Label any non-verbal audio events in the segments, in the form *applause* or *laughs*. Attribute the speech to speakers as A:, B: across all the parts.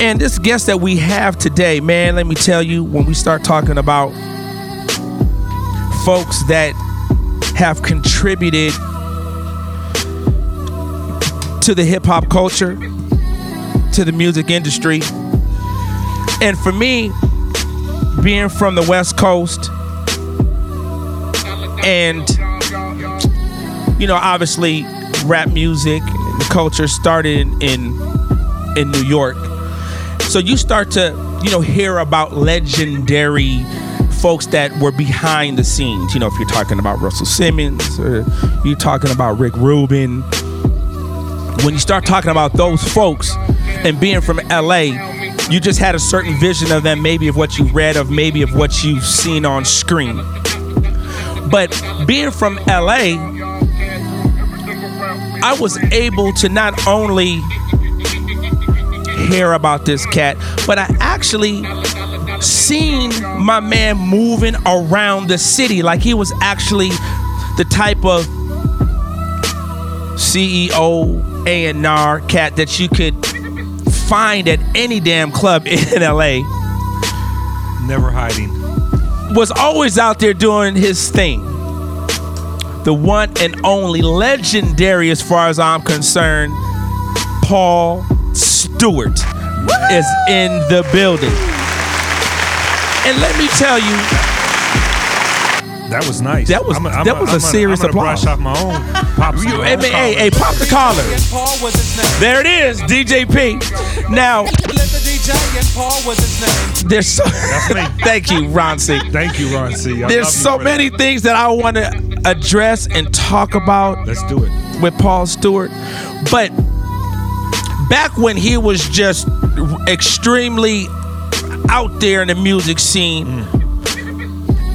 A: And this guest that we have today, man, let me tell you, when we start talking about folks that have contributed to the hip hop culture, to the music industry, and for me, being from the West Coast, and you know, obviously, rap music and the culture started in in New York. So you start to you know hear about legendary folks that were behind the scenes. You know, if you're talking about Russell Simmons or you're talking about Rick Rubin, when you start talking about those folks and being from LA, you just had a certain vision of them, maybe of what you read, of maybe of what you've seen on screen. But being from LA, I was able to not only hear about this cat, but I actually seen my man moving around the city like he was actually the type of E CEO A&R cat that you could find at any damn club *laughs* in LA
B: Never hiding.
A: was always out there doing his thing. The one and only legendary, as far as I'm concerned, Paul Stewart is in the building. And let me tell you,
B: That was nice.
A: That was- that was a
B: I'm
A: serious
B: I'm gonna
A: applause.
B: Brush off my own. Pop some
A: hey,
B: own
A: man, hey, hey,
B: collars.
A: pop the collar. There it is, DJP. Now, there's so,
B: That's me.
A: *laughs* thank you, Ron C.
B: Thank you, Ron C. I love
A: There's
B: you
A: so
B: for that.
A: many things that I want to address and talk about
B: Let's do it.
A: with Paul Stewart. But back when he was just extremely out there in the music scene.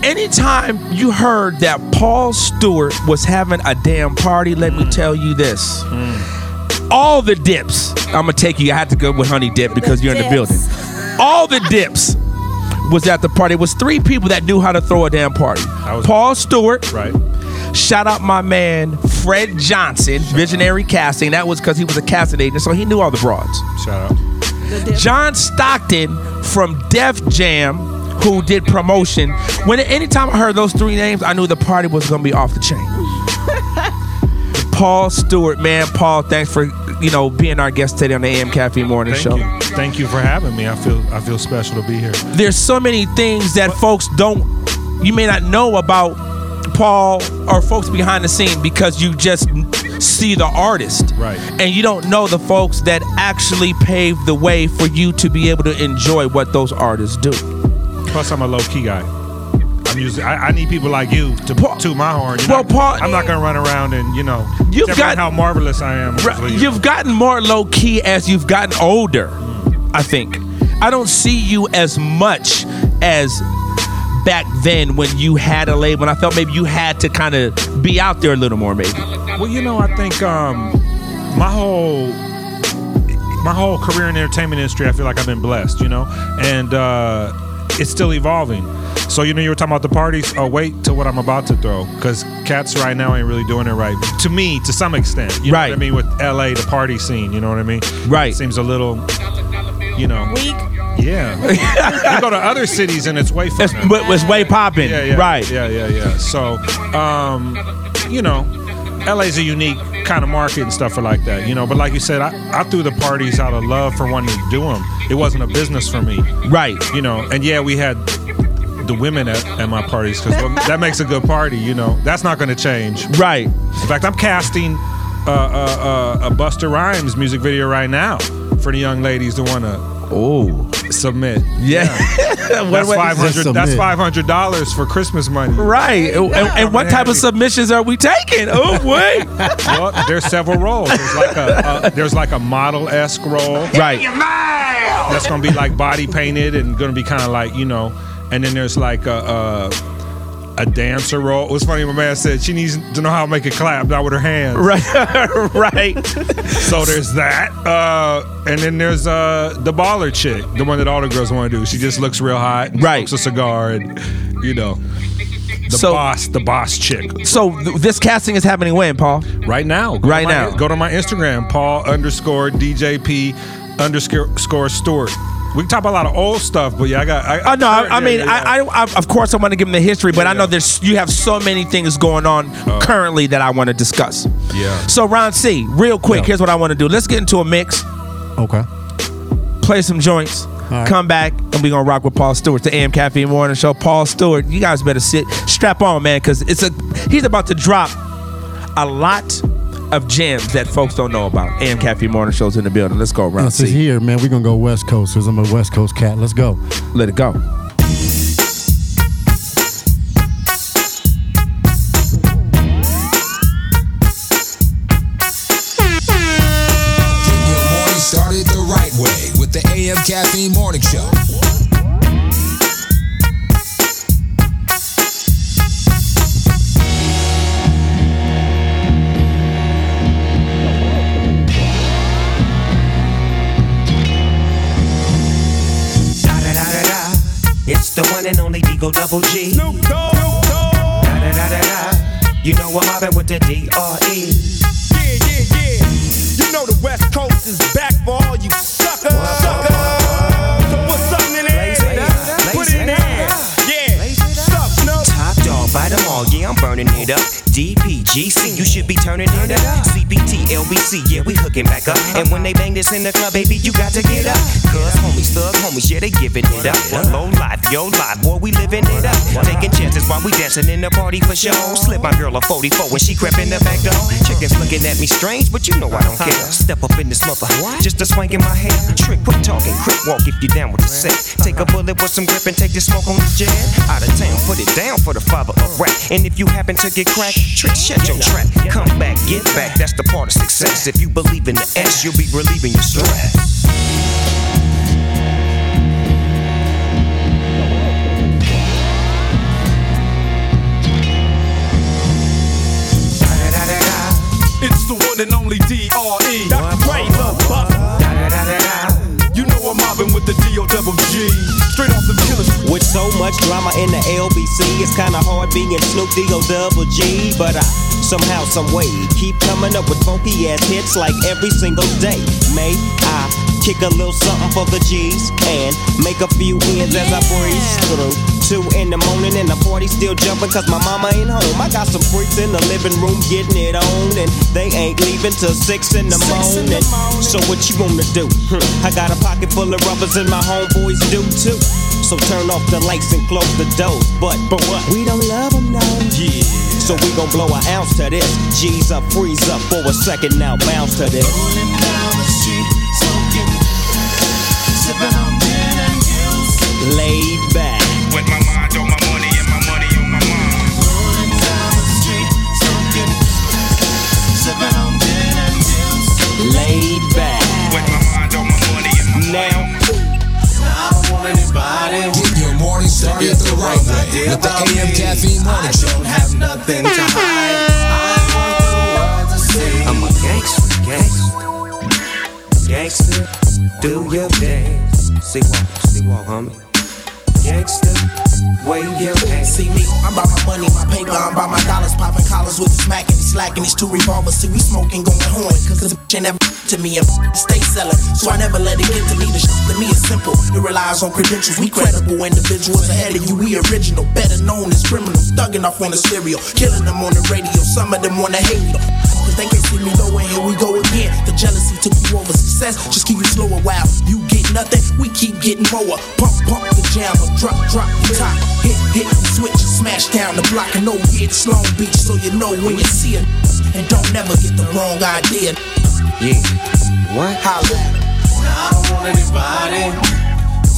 A: Anytime you heard that Paul Stewart was having a damn party, let
B: Mm.
A: me tell you this. All the dips, I'm gonna take you. I had to go with Honey Dip because you're in the
C: dips.
A: building. All the dips was at the party. It was three people that knew how to throw a damn party.
B: was-
A: Paul Stewart,
B: Right.
A: Shout out my man Fred Johnson, Visionary Casting. That was because he was a casting agent, so he knew all the broads.
B: Shout out.
A: John Stockton from Def Jam, who did promotion. When anytime I heard those three names, I knew the party was gonna be off the chain. Paul Stewart, man, Paul, thanks for you know being our guest today on the AM Caffeine Morning
B: Thank
A: Show.
B: you. Thank you for having me. I feel I feel special to be here.
A: There's so many things that folks don't, you may not know about Paul or folks behind the scene because you just see the artist,
B: Right.
A: And you don't know the folks that actually paved the way for you to be able to enjoy what those artists do.
B: Plus, I'm a low key guy. I'm usually I, I need people like you to
A: Paul-
B: toot my horn. You
A: Well,
B: know?
A: Paul-
B: I'm not gonna run around and you know.
A: You've
B: tell
A: got-
B: me how marvelous I am.
A: Right,
B: Hopefully you-
A: You've gotten more low key as you've gotten older, I think. I don't see you as much as back then when you had a label, and I felt maybe you had to kind of be out there a little more, maybe. *laughs*
B: Well, you know, I think um, my whole my whole career in the entertainment industry, I feel like I've been blessed, you know, and uh, it's still evolving. So you know, you were talking about the parties. Oh, wait till what I'm about to throw, because cats right now ain't really doing it right. To me, to some extent, you
A: Right.
B: know what I mean. With LA, the party scene, you know what I mean.
A: Right.
B: seems a little, you know,
C: Week.
B: yeah. you go to other cities and it's way fun.
A: That's what was way popping,
B: Yeah, yeah,
A: right?
B: Yeah, yeah, yeah. So, um, you know, LA's a unique kind of market and stuff like that, you know. But like you said, I, I threw the parties out of love for wanting to do them. It wasn't a business for me,
A: Right.
B: you know. And yeah, we had the women at, at my parties because that makes a good party, you know. That's not going to change.
A: Right.
B: In fact, I'm casting uh, uh, uh, a Buster Rhymes music video right now for the young ladies to want to
A: Oh.
B: submit.
A: Yeah. *laughs* What-
B: That's
A: what-
B: five hundred. That's
D: submit.
B: five hundred dollars for Christmas money.
A: Right. And, and what type of submissions are we taking?
B: *laughs*
A: Oh, wait.
B: well, there's several roles. There's like a, a there's like a model esque role
A: right.
B: that's gonna be like body painted and gonna be kind of like you know, and then there's like a. a a dancer role. It was funny. My man said she needs to know how to make it clap, not with her hands.
A: Right. *laughs* right.
B: So there's that, uh, and then there's uh, the baller chick, the one that all the girls want to do. She just looks real hot, and
A: Right.
B: smokes a cigar, and you know, the
A: So-
B: boss, the boss chick.
A: So th- this casting is happening when, Paul?
B: Right now. Go to
A: Right
B: my-
A: now.
B: Go to my Instagram, Paul underscore DJP underscore score Stewart. We can talk about a lot of old stuff, but yeah, I got. I,
E: Uh,
A: Oh no! I, I mean, I,
B: I
A: I, I, of course, I want to give them the history, but I
B: Yeah.
A: know
B: Oh.
A: there's you have so many things going on currently that I want to discuss.
B: Yeah.
A: So, Ron C, real quick, here's what I want to do. Let's get into a mix,
D: Okay.
A: play some joints,
D: right.
A: come back, and we gonna rock with Paul Stewart, the AM Caffeine Morning Show. Paul Stewart, you guys better sit, strap on, man, because it's a he's about to drop a lot of gems that folks don't know about. AM Caffeine Morning Show's in the building. Let's go, Ron
D: Now, since
A: C.
D: here, man, we're gonna go West Coast because I'm a West Coast cat. Let's go.
A: Let it go.
F: Get your morning started the right way with the AM Caffeine Morning Show.
E: Da da da da da. It's the one and only Deagle Double G. Da da da da da. You know I'm mobbing with the D R E.
G: Yeah, yeah, yeah. You know the West Coast is back for all you suckers. Suckers. So put something in there.
E: Blaze it up.
G: Put
E: Blaze
G: it in
E: it
G: there.
E: up.
G: Yeah. Suck, no.
E: Top dog by them all, yeah, I'm burning it up. DPGC, you should be turning it up. CBT, LBC, yeah, we hooking back up. And when they bang this in the club, baby, you got to get up. Cuz homies, thug homies, yeah, they giving it up. Low life, yo life, boy, we living it up. Taking chances while we dancing in the party for show. Slip my girl a 44 when she crept in the back door. Chickens looking at me strange, but you know I don't care. Step up in this mother, just a swing in my hair. Trick, quit talking, quick walk if you down with the set. Take a bullet with some grip and take the smoke on the jet. Out of town, put it down for the father of rap. And if you happen to get cracked, trick shut Let your track come back, get back. That's the part of success. If you believe in the S, you'll be relieving your stress.
H: It's the one and only D.R.E. Dr. Dre, Lil Buck. You know I'm mobbing with the D.O. double G. Straight off the killer street.
I: With so much drama in the LBC, it's kinda hard being Snoop D-O double G. But I somehow, some way, keep coming up with funky ass hits like every single day. May I kick a little something for the G's and make a few ends as I breeze through. Two in the morning and the party still jumping cause my mama ain't home. I got some freaks in the living room getting it on and they ain't leaving till six in the, morning. So what you wanna do? Hmm. I got a pocket full of rubbers and my homeboys do too. So turn off the lights and close the doors. But but what? We don't love them no. Yeah. So we gon' blow an ounce to this. G's up, freeze up for a second now, bounce to this. Laid back.
J: With my mind on my money and my money on my mind.
I: Laid back.
J: With my mind on my money and my money.
I: Now
F: Get your morning started the right way with the AM Caffeine Morning Show.
E: I'm a gangster, gangster. Gangster, do your dance. See walk, see walk, homie. Gangster, wave your hands.
K: See me, I'm about my money, my paper, I'm about my dollars, popping collars with the smack and the slack and these two revolvers. See, we smoking, going horn, cause the bitch ain't never to me and stay selling. So I never let it get to me. The shit to me is simple. It relies on credentials. We credible individuals ahead of you, we original, better known as criminals, thugging off on the serial, killing them on the radio, some of them on the hate. Cause they can't see me low and here we go again. The jealousy took you over success, just keep it slow a while. You get nothing, we keep getting more. Pump, pump the jammer, drop, drop the top. Hit, hit, the switch, smash down the block. And no, yeah, it's Long Beach, so you know when you see it. And don't never get the wrong idea.
E: Yeah. What?
K: Holla at 'em.
L: I don't want anybody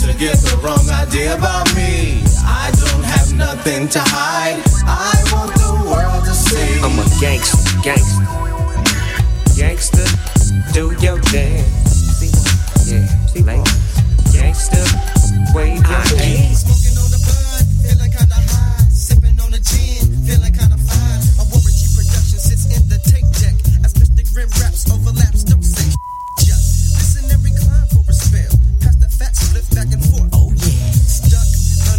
L: to get the wrong idea about me. I don't have nothing to hide. I want the world to see.
E: I'm a gangster, gangster. Gangster, do your dance. See walk, yeah, see like Gangster, wave your hands.
K: Oh yeah.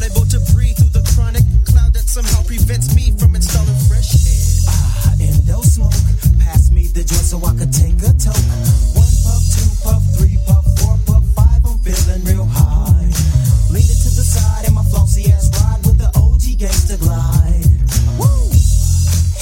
K: Ah, and no smoke. Pass me the joint so I could take a toke. One puff, two puff, three puff, four puff, five. I'm feeling real high. Leaning to the side in my flossy ass ride with the OG gangster glide. Woo!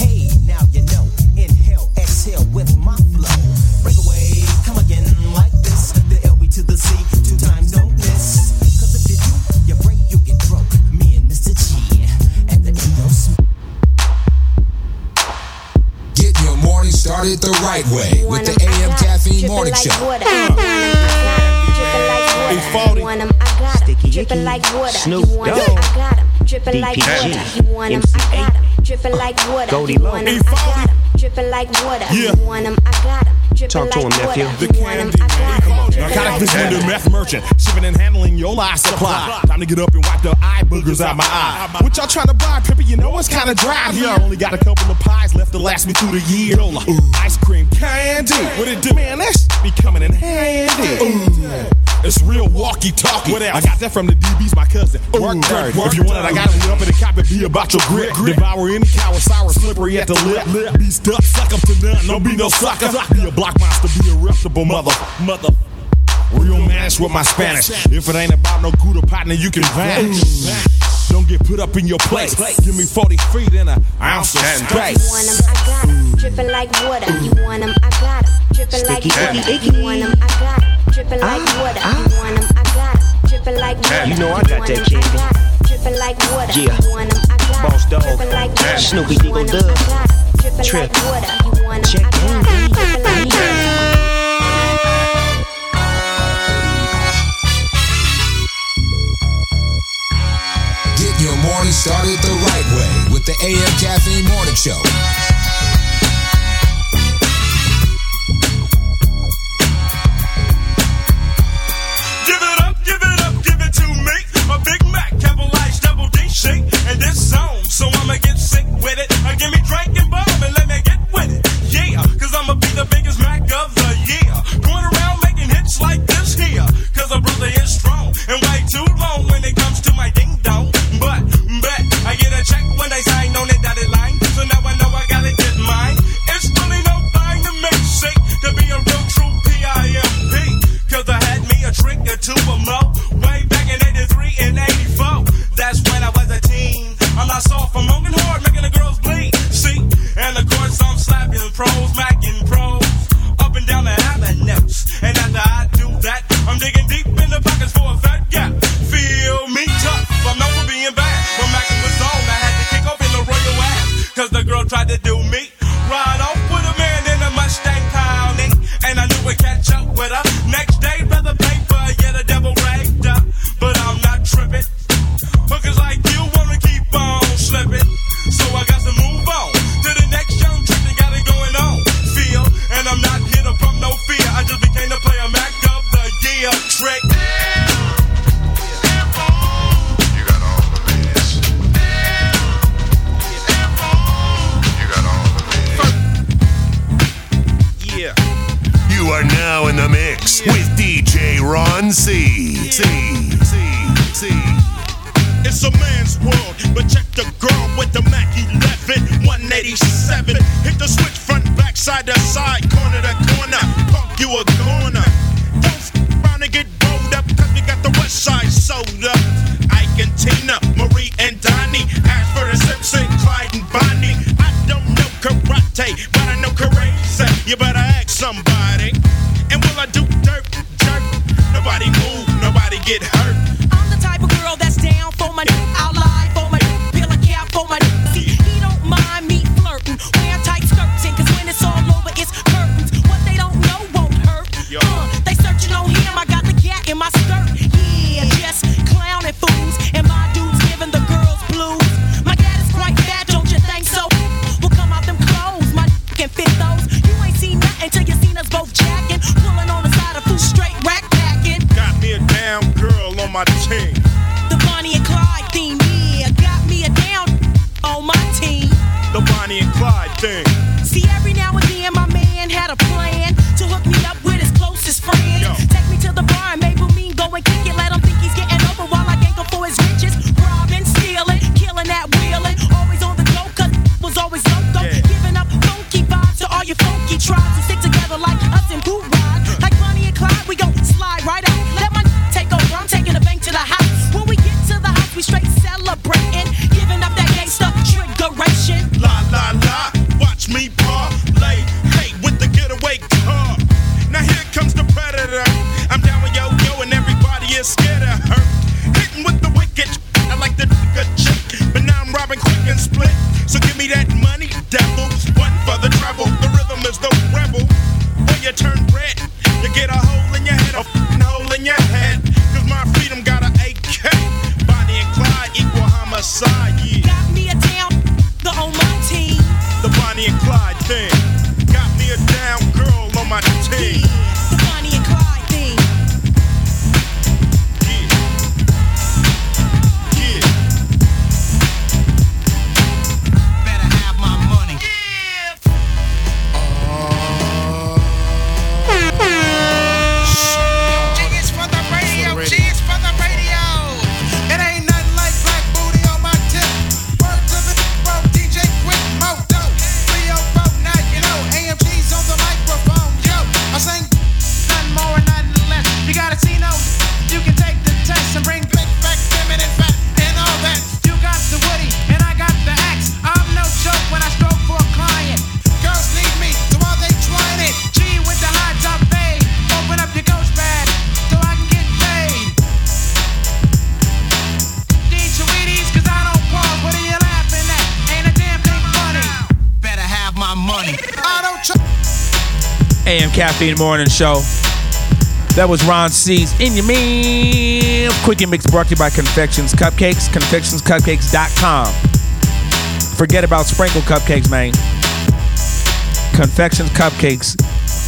K: Hey, now you know. Inhale, exhale with my flow. Break away, come again like this. The LB to the C, two times don't miss. 'Cause if you do, you break, you get broke. Me and Mr. G at the end of smoke.
F: Get your morning started the right way with the AM Caffeine Morning Show.
M: Drippin' like water,
E: Snoop
M: you want 'em,
E: Dogg.
M: I got 'em. Drippin' like
E: DPG.
M: water, you want 'em, I got 'em. Drippin' like water,
E: Goldie
M: you
E: Lowe.
M: want 'em, I got 'em. Drippin' like water, you want 'em, I got 'em. Drippin'
E: Talk
M: like
E: to him,
M: water,
E: nephew.
M: you want 'em, I got 'em. Drippin' like
N: Narcotic
M: water.
N: vendor, meth merchant, shipping and handling your life supply. Time to get up and wipe the eye boogers out my eye. What y'all trying to buy, Pippa? You know it's kind of dry here. I only got a couple of pies left to last me through the year. Ooh, ice cream candy, what it do? Man, that shit be coming in handy. Ooh, it's real walkie-talkie. What else? I got that from the DBs, my cousin. Work, work, work. If you want it, I got it. Get up in the cop and be about your grip. Devour any cow, sour, slippery at the lip. lip. Be stuck, suck up to none. Don't be no sucker. Be a block monster, be a reputable mother, mother. Real manage with my Spanish. If it ain't about no Gouda partner, you can vanish. Don't get put up in your place. Give me 40 feet and an ounce of
M: You
N: space.
M: want 'em, I got 'em. Drippin' like water, you want 'em, I got 'em. Drippin' like
E: Sticky,
M: water,
E: icky,
M: you want 'em, I got 'em. Drippin' like water, you want 'em, I got 'em. Drippin' like water,
E: You know I
M: you want
E: got that
M: 'em,
E: candy.
M: I got 'em. Drippin' like water,
E: Yeah.
M: you want 'em, I got 'em.
E: Boss Dog.
M: Drippin' like water,
E: Snoopy
M: you
E: Deagle
M: want 'em,
E: Dub.
M: I got 'em. Drippin'
E: Trip.
M: like water, you want 'em, I
E: Check
M: got 'em. Drippin' like water.
F: Get your morning started the right way with the AM Caffeine Morning Show.
O: mix with DJ Ron C. C. C. C.
N: It's a man's world, but check the girl with the Mac 11, 187. Hit the switch front, back, side to side, corner to corner. Punk you a corner. Don't f- around and get rolled up, cause we got the West Side soda. Ike and Tina, Marie and Donnie, Ashford and Simpson, Clyde and Bonnie. I don't know karate, but I know crazy. You better ask somebody. And will I do dirt, dirt? Nobody move, nobody get hurt.
P: I'm the type of girl that's down for my dick. I'll lie for my dick, pill a cap for my dick. See, he don't mind me flirting. Wear tight skirts in, cause when it's all over, it's curtains. What they don't know won't hurt.
N: Yo.
P: Uh, they searching on him, I got the cat in my skirt. Yeah, just clowning fools. And my dude's giving the girls blues. My cat is quite bad, don't you think so? We'll come out them clothes, my dick can fit those. You ain't seen nothing till you seen us both jacking. Pulling on the side of food, straight rack packing.
N: Got me a damn girl on my team.
P: The Bonnie and Clyde theme, yeah, got me a down on my team.
N: The Bonnie and Clyde thing.
P: See, every now and then my man had a plan to hook me up with his closest friends. Take me to the bar and make with me go and kick it. Let him think he's getting over while I gank him for his riches. Robbing, stealing, killing that wheeling. Always on the go, cause was always loco. Giving up funky vibes to all your funky tribes who stick together like us and who ride. Like Bonnie and Clyde, we gon' slide right out. Let my take over, I'm taking the bank to the house. When we get to the house, we straight celebrating. Giving up that gangsta triggeration.
N: La la la, watch me parlay. Hey, with the getaway car. Now here comes the predator. I'm down with yo yo and everybody is scared of her. Hitting with the wicked. I like the good chick, but now I'm robbing quick and split. So give me that money, devil. One for the trouble. The rhythm is the rebel. When you turn red, you get a hole in your head, a f***ing hole in your head. Cause my freedom got an AK. Bonnie and Clyde equal homicide. Yeah.
P: Got me a down the on my team.
N: The Bonnie and Clyde thing. Got me a down girl on my team.
P: The Bonnie and Clyde theme.
N: Better have my money.
H: G is for the radio, G is for the radio. It ain't nothing like black booty on my tip. Word to the bro, DJ Quick Moto. 304, now oh you know. AMG's on the microphone, yo. I sing nothing more and nothing less. You got a Tino, you can take the test and bring back, back, feminine back, and all that. You got the Woody, and I got the axe. I'm no joke when I stroke for a client. Girls need me, so while they trying it, G with the high top fade. Open up your ghost bag, so I can get paid. Need your Wheaties, cause I don't pause. What are you laughing at? Ain't a damn thing funny. Better have my money. I don't try.
A: AM Caffeine Morning Show. That was Ron C's In Your Me Quick and Mix brought to you by Confections Cupcakes, confectionscupcakes.com. Forget about sprinkle cupcakes, man. Confections Cupcakes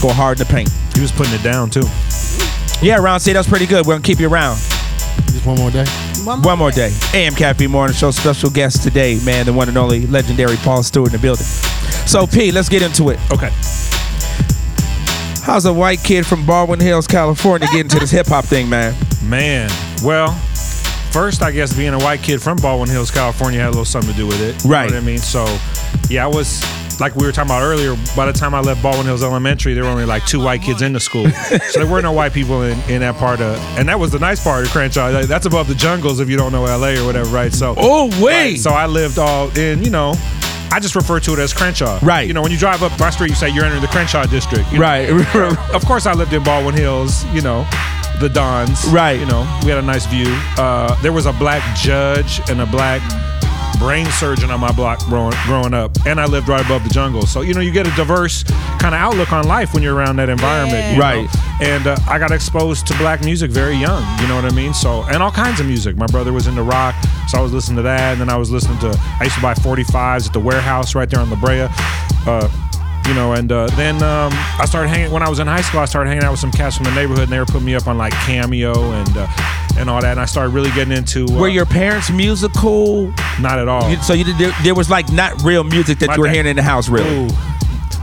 A: go hard in the paint.
B: He was putting it down too.
A: Yeah, Ron C, that's pretty good. We're going to keep you around.
D: Just one more day.
A: One more, day. AM Caffeine Morning Show special guest today, man, the one and only legendary Paul Stewart in the building. So, P, let's get into it.
B: Okay.
A: How's a white kid from Baldwin Hills, California, getting to this hip hop thing, man?
B: Man, well, first I guess being a white kid from Baldwin Hills, California, had a little something to do with it.
A: Right.
B: You know what I mean, so yeah, I was like we were talking about earlier. By the time I left Baldwin Hills Elementary, there were only like two white kids in the school, so there were no white people in, in that part of. And that was the nice part of Crenshaw. Like, that's above the jungles if you don't know L.A. or whatever, right? So
A: oh wait,
B: so I lived all in, you know. I just refer to it as Crenshaw.
A: Right.
B: You know, when you drive up my street, you say you're entering the Crenshaw district. you know?
A: Right. *laughs*
B: of course, I lived in Baldwin Hills. You know, the Dons.
A: Right.
B: You know, we had a nice view. Uh, there was a black judge and a black brain surgeon on my block growing, growing up, and I lived right above the jungle. So you know, you get a diverse kind of outlook on life when you're around that environment. you know?
A: Right.
B: And uh, I got exposed to black music very young. You know what I mean? So and all kinds of music. My brother was into rock, so I was listening to that, and then I was listening to. I used to buy 45s at the warehouse right there on La Brea. Uh, you know, and uh, then um, I started hanging when I was in high school. I started hanging out with some cats from the neighborhood, and they were putting me up on like Cameo and uh, and all that. And I started really getting into. Uh,
A: Were your parents musical?
B: not at all.
A: You- So you did, there, there was like not real music that
B: Oh. My
A: you were
B: dad-
A: hearing in the house, really.
B: Ooh.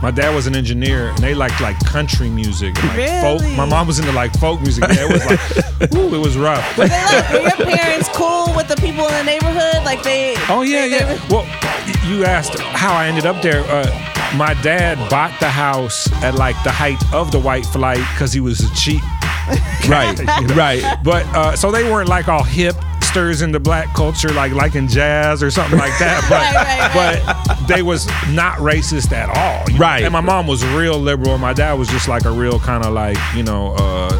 B: My dad was an engineer, and they liked like country music, and, like folk. My mom was into like folk music. Yeah, it was like, ooh, it was rough.
Q: Were your parents cool with the people in the neighborhood? Like they?
B: Oh yeah, yeah. Well, y- you asked how I ended up there. Uh, my dad bought the house at like the height of the white flight because he was a cheap.
A: Right, right.
B: But uh, so they weren't like all hipsters into black culture, like liking jazz or something like that. But but they was not racist at all. you know?
A: Right.
B: And my mom was real liberal. and My dad was just like a real kind of like you know uh,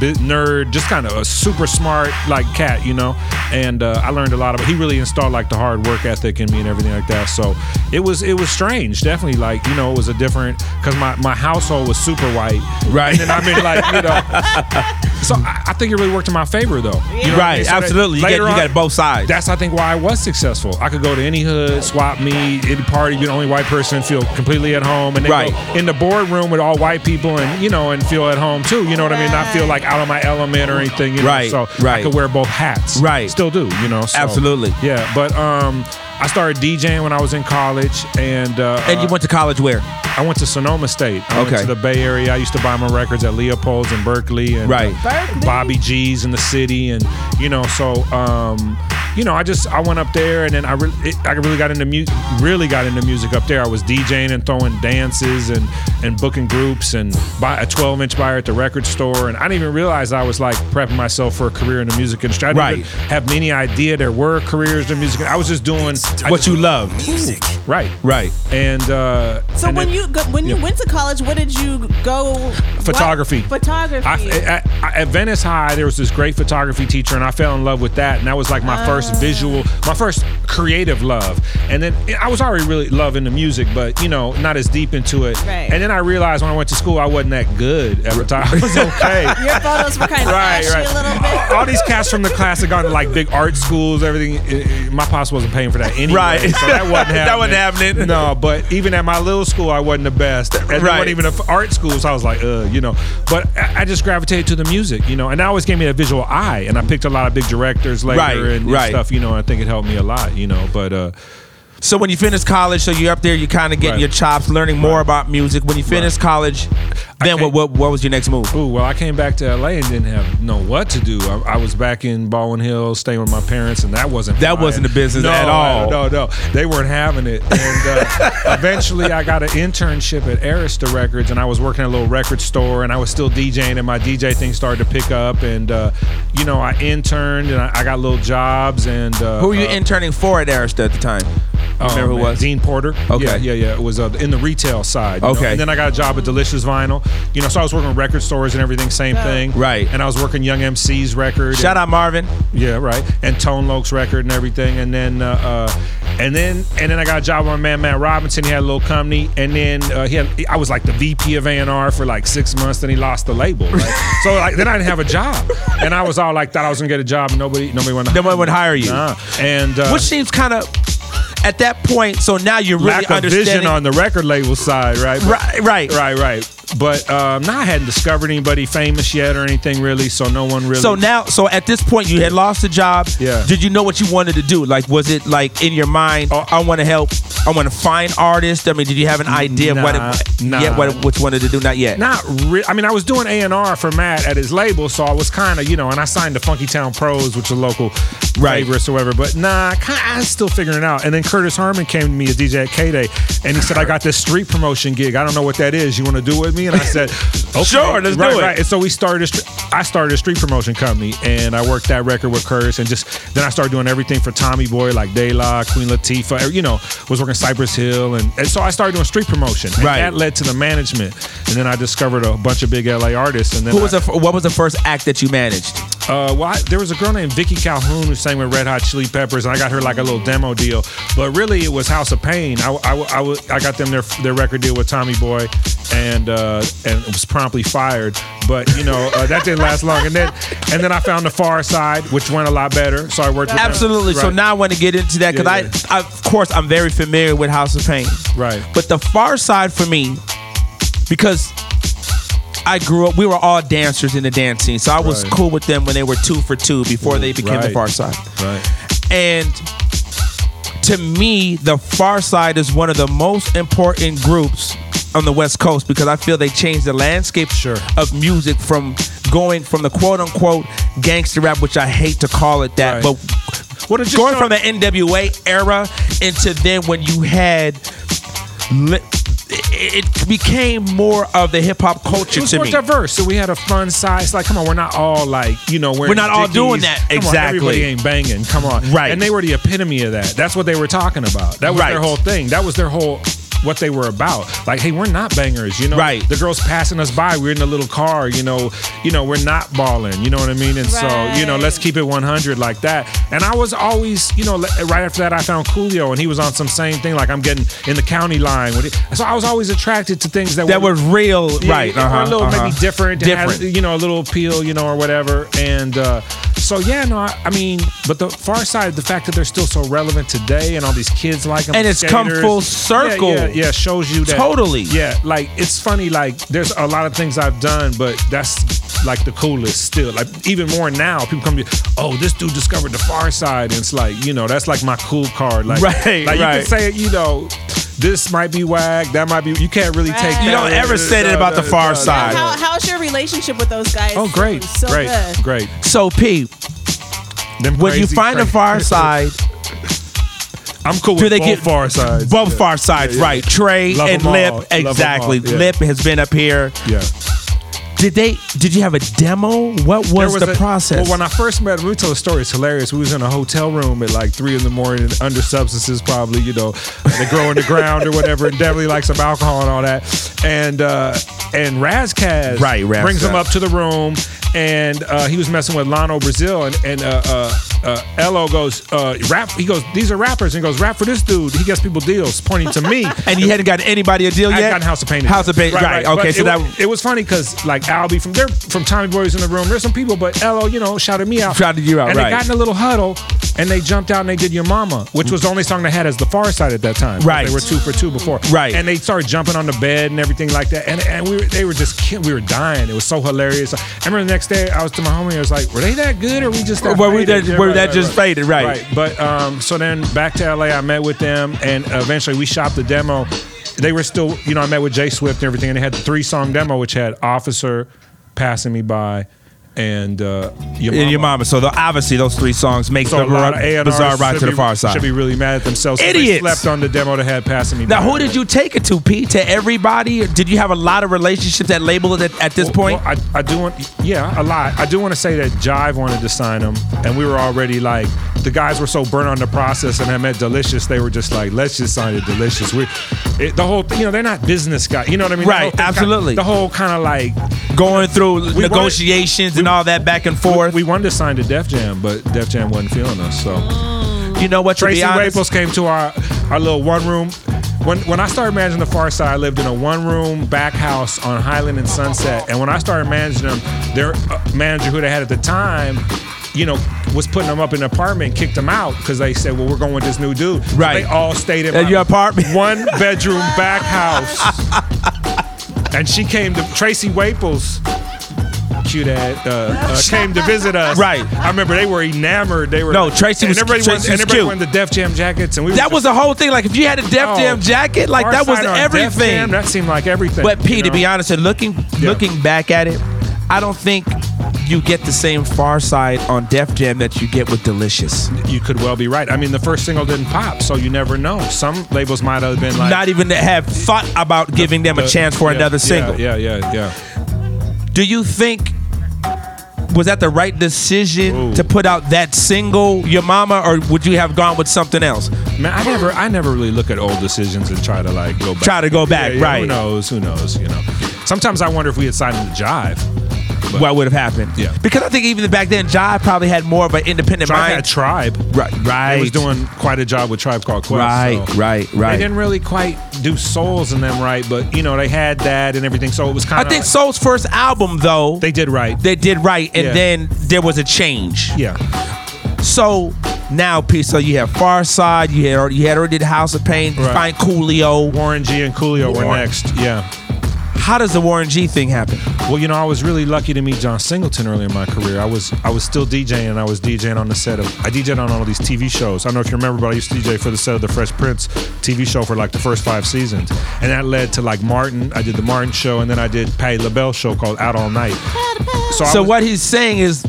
B: bit nerd, just kind of a super smart like cat, you know. And uh, I learned a lot about. He really installed like the hard work ethic in me and everything like that. So it was it was strange, definitely. Like you know, it was a different because my my household was super white. Right. And then I mean like you know. So I, I think it really worked in my favor though. You know what I
A: Right,
B: mean? So that
A: absolutely. You get-
B: later
A: you
B: on-
A: got both sides.
B: That's I think why I was successful. I could go to any hood, swap me, any party, be the only white person, feel completely at home, and then
A: Right.
B: go in the boardroom with all white people, and you know, and feel at home too. You know what I mean? Not feel like out of my element or anything. You know?
A: Right,
B: So I
A: right.
B: could wear both hats. Right. Still do. You know. So,
A: Absolutely.
B: Yeah, but um, I started DJing when I was in college, and uh,
A: And you went to college where?
B: I went to Sonoma State. I went
A: Okay.
B: to the Bay Area. I used to buy my records at Leopold's and Berkeley and
A: Right.
B: uh, Bobby G's in the city, and you know, so um, you know, I just I went up there, and then I really it, I really got into music, really got into music up there. I was DJing and throwing dances and and booking groups and buy a 12 inch buyer at the record store, and I didn't even realize I was like prepping myself for a career in the music industry. I didn't
A: Right.
B: even have any idea there were careers in music. I was just doing
A: What you
B: loved, music, right, right, and uh,
Q: So
B: and
Q: when
B: then-
Q: you go, when you
B: Yeah.
Q: went to college, what did you go? what-
B: Photography.
Q: Photography.
B: I, at, at Venice High, there was this great photography teacher, and I fell in love with that. And that was like my
Q: Ah.
B: first visual, my first creative love. And then I was already really loving the music, but you know, not as deep into it.
Q: Right.
B: And then I realized when I went to school, I wasn't that good at photography. *laughs* I was okay.
Q: Your photos were kind of
B: Right,
Q: ashy
B: right.
Q: a little bit.
B: *laughs* All these cats from the class had gone to like big art schools, everything. It- it- My pops wasn't paying for that anyway.
A: Right.
B: So that wasn't happening.
A: *laughs* That wasn't happening.
B: No, but even at my little school, I wasn't the best. And It
A: Right.
B: wasn't even an art school, so I was like, uh, you know. But I, I just gravitated to the music, you know. And that always gave me a visual eye. And I picked a lot of big directors later
A: Right,
B: and, and
A: right.
B: stuff, you know. And I think it helped me a lot, you know. But, uh,
A: So when you finish college, so you're up there, you're kind of getting
B: Right.
A: your chops, learning more about music. When you finish college, then what, what? What was your next move?
B: Ooh, well, I came back to LA and didn't have know what to do. I, I was back in Baldwin Hills, staying with my parents, and that wasn't
A: That
B: flying.
A: wasn't the business
B: No,
A: at all.
B: No, no, they weren't having it. And uh,
A: *laughs*
B: eventually, I got an internship at Arista Records, and I was working at a little record store, and I was still DJing, and my DJ thing started to pick up, and uh, you know, I interned, and I, I got little jobs, and uh,
A: Who were you
B: uh,
A: interning for at Arista at the time?
B: Oh,
A: Remember who it
B: man.
A: was?
B: Dean Porter.
A: Okay.
B: Yeah, yeah, yeah. It was uh, in the retail side. you know.
A: Okay.
B: And then I got a job at Delicious Vinyl. You know, so I was working with record stores and everything, same thing.
A: Right.
B: And I was working Young MC's record.
A: Shout
B: and-
A: out Marvin.
B: Yeah, right. And Tone Loke's record and everything. And then, uh, uh, and then, and then I got a job with my man Matt Robinson. He had a little company, and then uh, he had. I was like the VP of A&R for like six months. Then he lost the label.
A: *laughs*
B: Right? so like, then I didn't have a job, and I was all like, thought I was gonna get a job, and nobody, nobody wanted.
A: Nobody would hire you.
B: Nah. And uh,
A: Which seems kind of at that point. So now you're really
B: lack of
A: understanding.
B: vision on the record label side, right? But-
A: Right, right.
B: right, right. But um, now I hadn't discovered anybody famous yet or anything really, so no one really.
A: So now, so at this point, you had lost the job.
B: Yeah.
A: Did you know what you wanted to do? Like, was it like in your mind? Oh, I want to help. I want to find artists. I mean, did you have an idea of
B: Nah,
A: what? It,
B: nah.
A: Yeah. What? What you wanted to do? Not yet.
B: not re- I mean, I was doing A and R for Matt at his label, so I was kind of you know, and I signed to Funky Town Pros, which are local favorites or whatever. But nah, I kinda, I was still figuring it out. And then Curtis Herman came to me as DJ at K Day, and he said, "I got this street promotion gig. I don't know what that is. You want to do it with me?" And I said, *laughs* okay.
A: Sure, let's do
B: Right,
A: it.
B: Right. And so we started. a str- I started a street promotion company, and I worked that record with Curtis, and just then I started doing everything for Tommy Boy, like De La, Queen Latifah. You know, was working Cypress Hill, and, and so I started doing street promotion. And
A: Right.
B: That led to the management, and then I discovered a bunch of big LA artists. And then
A: Who was
B: I,
A: the f- what was the first act that you managed?
B: uh, well, I, there was a girl named Vicky Calhoun who sang with Red Hot Chili Peppers, and I got her like a little demo deal. But really, it was House of Pain. I, I, I, I got them their their record deal with Tommy Boy, and uh, and was promptly fired. But you know uh, that didn't last long. And then and then I found the Far Side, which went a lot better. So I worked with them.
A: Absolutely. So
B: Right.
A: now I want to get into that because
B: Yeah,
A: I, I, of course, I'm very familiar with House of Pain.
B: Right.
A: But the far side for me, because I grew up, we were all dancers in the dance scene. So I was
B: Right.
A: cool with them when they were two for two before they became the
B: right.
A: far side.
B: Right.
A: And to me, the Far Side is one of the most important groups on the West Coast because I feel they changed the landscape of music from going from the quote unquote gangster rap, which I hate to call it that, but what going from the NWA era into then when you had. Li- it it became more of the hip hop culture
B: It was
A: to
B: more
A: me.
B: diverse, so we had a fun size. Like, come on, we're not all like you know wearing
A: We're not all doing
B: Dickies.
A: that.
B: Come on,
A: Exactly.
B: everybody ain't banging. Come on, right? And they were the epitome of that. That's what they were talking about. That was their
A: Right.
B: whole thing. That was their whole what they were about. Like, hey, we're not bangers. You know, right? The girls passing us by. We're in a little car. You know, you know, we're not balling. You know what I mean? And so you know, let's keep it 100 like that. And I was always, you know, le- right after that, I found Coolio, and he was on some same thing. Like, I'm getting in the county line. with it. So I was always attracted to things that
A: That were real, right,
B: yeah, or
A: uh-huh,
B: a little
A: uh-huh.
B: maybe different,
A: Different.
B: different, you know, a little appeal, you know, or whatever. And uh, so, yeah, no, I, I mean, but the far side, the fact that they're still so relevant today, and all these kids like them,
A: And it's come
B: skaters.
A: full
B: Yeah,
A: circle.
B: Yeah, yeah, shows you that
A: Totally.
B: Yeah, like it's funny. Like there's a lot of things I've done, but that's like the coolest still. Like even more now, people come to, me, oh, this dude discovered the far side, and it's like, you know, that's like my cool card. Like,
A: *laughs* Right,
B: like you can
A: right.
B: say, you know. This might be whack. That might be. You can't really take.
A: You
B: that
A: don't ever
B: as-
A: say that about the far side.
Q: How, how's your relationship with those guys?
A: Oh, great,
Q: So
A: great,
Q: good.
B: great.
A: So, P, when you
B: crazy
A: find a
B: cra-
A: far side,
B: *laughs* I'm cool
A: do
B: with
A: they
B: both
A: get
B: far sides.
A: Both
B: Yeah.
A: far sides,
B: Yeah, yeah.
A: right? Trey
B: Love
A: and
B: 'em all.
A: Lip,
B: Love 'em all.
A: exactly.
B: Yeah.
A: Lip has been up here.
B: Yeah.
A: Did they? Did you have a demo? What was,
B: There
A: the
B: a-
A: process?
B: Well, when I first met him, let me tell the story. It's hilarious. We was in a hotel room at like three in the morning, under substances, probably you know, they grow in the ground or whatever, and definitely like some alcohol and all that. And uh, and Razkaz
A: Right, Razz
B: brings him
A: Kaz.
B: up to the room, and uh, he was messing with Lano Brazil, and and uh, uh, uh, Elo goes uh, rap. He goes, these are rappers, and he goes rap for this dude. He gets people deals, pointing to me,
A: *laughs* and you hadn't gotten anybody a deal
B: I
A: yet.
B: got House of Pain.
A: House of Pain. Right. Okay.
B: But
A: so
B: it,
A: that
B: it was funny because like Albie from there from Tommy Boy's in the room. There's some people, but Lo, you know, shouted me out.
A: Shouted you out,
B: And
A: right.
B: they got in a little huddle, and they jumped out and they did Your Mama, which was the only song they had as the Far Side at that time. 'cause
A: Right.
B: They were two for two before.
A: Right.
B: And they started jumping on the bed and everything like that. And and we were, they were just ki- we were dying. It was so hilarious. I remember the next day I was to my homie. I was like, were they that good or we just that
A: Were we
B: faded?
A: that-
B: Yeah,
A: were
B: right,
A: that
B: right,
A: just
B: right.
A: faded, right.
B: But um, so then back to LA, I met with them, and eventually we shopped the demo. They were still, you know, I met with Jay Swift and everything, and they had the three song demo, which had Officer, Passing Me By, and uh, Your
A: and
B: Mama.
A: your mama. So the, obviously those three songs make
B: So
A: the
B: a lot of A&Rs
A: bizarre ride
B: should
A: to the
B: be-
A: far side.
B: Should be really mad at themselves. that They
A: Idiots.
B: slept on the demo that had Passing Me
A: Now,
B: By.
A: who did you take it to, Pete? To everybody? Or did you have a lot of relationships that labeled it at, at this point?
B: Well, I, I do want, yeah, a lot. I do want to say that Jive wanted to sign him, and we were already like, the guys were so burnt on the process, and I met Delicious, they were just like, let's just sign it, Delicious. We, it, the whole, you know, they're not business guys, you know what I mean? The
A: Right,
B: whole thing-
A: absolutely.
B: the whole kind of like
A: going through
B: we
A: negotiations and all that back and forth.
B: We, wanted to sign to Def Jam, but Def Jam wasn't feeling us, so.
A: You know what? To
B: Tracy
A: be honest,
B: Waples came to our our little one room. When when I started managing the Far Side, I lived in a one room back house on Highland and Sunset. And when I started managing them, their uh, manager who they had at the time. You know, was putting them up in an apartment, kicked them out because they said, "Well, we're going with this new dude." So
A: Right.
B: they all stayed in
A: At
B: my
A: your
B: *laughs*
A: apartment?
B: one bedroom back house. and she came to Tracy Waples cute at uh, uh, came to visit us. Right. I remember they were enamored. They were
A: No, Tracy
B: and
A: was-
B: everybody
A: Tracy
B: wanted,
A: was
B: and everybody
A: cute.
B: wanted the Def Jam jackets, and we were
A: that was
B: just-
A: the whole thing. Like if you had a Def
B: Oh,
A: Jam jacket, like
B: Far
A: that was
B: Side on Def
A: everything.
B: Jam, that seemed like everything.
A: But P,
B: you
A: to be
B: know?
A: honest, and looking looking back at it, I don't think you get the same Far Side on Def Jam that you get with Delicious.
B: you could well be right. I mean, the first single didn't pop, so you never know. Some labels might have been like
A: Not even to have thought about giving them a
B: the-
A: chance for
B: yeah,
A: another
B: yeah,
A: single.
B: Yeah, yeah, yeah.
A: Do you think was that the right decision to put out that single, Your Mama, or would you have gone with something else?
B: Man, I never, I never really look at old decisions and try to like go back.
A: Try to go back,
B: Yeah, yeah, Who
A: right.
B: knows? Who knows? You know. Sometimes I wonder if we had signed to Jive.
A: What would have happened?
B: Yeah.
A: Because I think even back then, Jive probably had more of an independent
B: Tribe
A: mind.
B: had Tribe.
A: Right, right.
B: He was doing quite a job with Tribe Called Quest.
A: Right,
B: so.
A: right, right.
B: They didn't really quite do souls in them right, but you know they had that and everything, so it was kind
A: I
B: of.
A: think Soul's first album, though,
B: they did right.
A: they did right, and
B: Yeah.
A: then there was a change.
B: Yeah.
A: So now, P, so you have Far Side, you had already, you had already did House of Pain,
B: Right.
A: find Coolio.
B: Warren G and Coolio were next. Yeah.
A: How does the Warren G thing happen?
B: Well, you know, I was really lucky to meet John Singleton early in my career. I was I was still DJing, and I was DJing on the set of I DJed on all these TV shows. I don't know if you remember, but I used to DJ for the set of the Fresh Prince TV show for like the first five seasons, and that led to like Martin. I did the Martin show, and then I did Patty LaBelle show called Out All Night. So, I
A: So
B: was-
A: what he's saying is,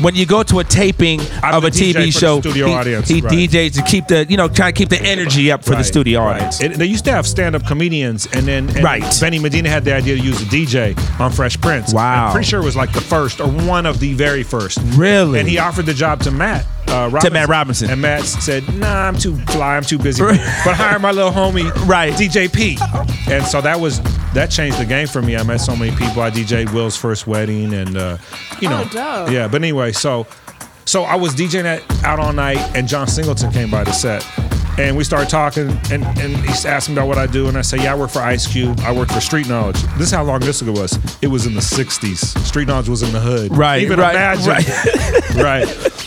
A: when you go to a taping of
B: the
A: a
B: DJ
A: TV
B: for the
A: show,
B: studio
A: he,
B: audience,
A: he
B: right.
A: DJs to keep the you know try to keep the energy up for the
B: Right,
A: studio
B: right.
A: audience.
B: And they used to have stand-up comedians, and then and
A: Right.
B: Benny Medina had the idea to use a DJ on Fresh Prince.
A: Wow.
B: I'm pretty sure it was like the first or one of the very first.
A: Really?
B: And he offered the job to Matt. Uh, Robinson,
A: To Matt Robinson.
B: And Matt said, "Nah, I'm too fly. I'm too
A: *laughs*
B: busy. but hire my little homie, right, DJ P." And so that was that changed the game for me. I met so many people. I DJed Will's first wedding, and uh, you know,
Q: Oh, dope.
B: yeah. But anyway, so so I was DJing at, out all night, and John Singleton came by the set, and we started talking, and and he asked me about what I do, and I said, yeah, I work for Ice Cube, I work for Street Knowledge. This is how long this ago was. It was in the '60s. Street Knowledge was in the hood.
A: Right,
B: Even
A: right,
B: imagine. Right.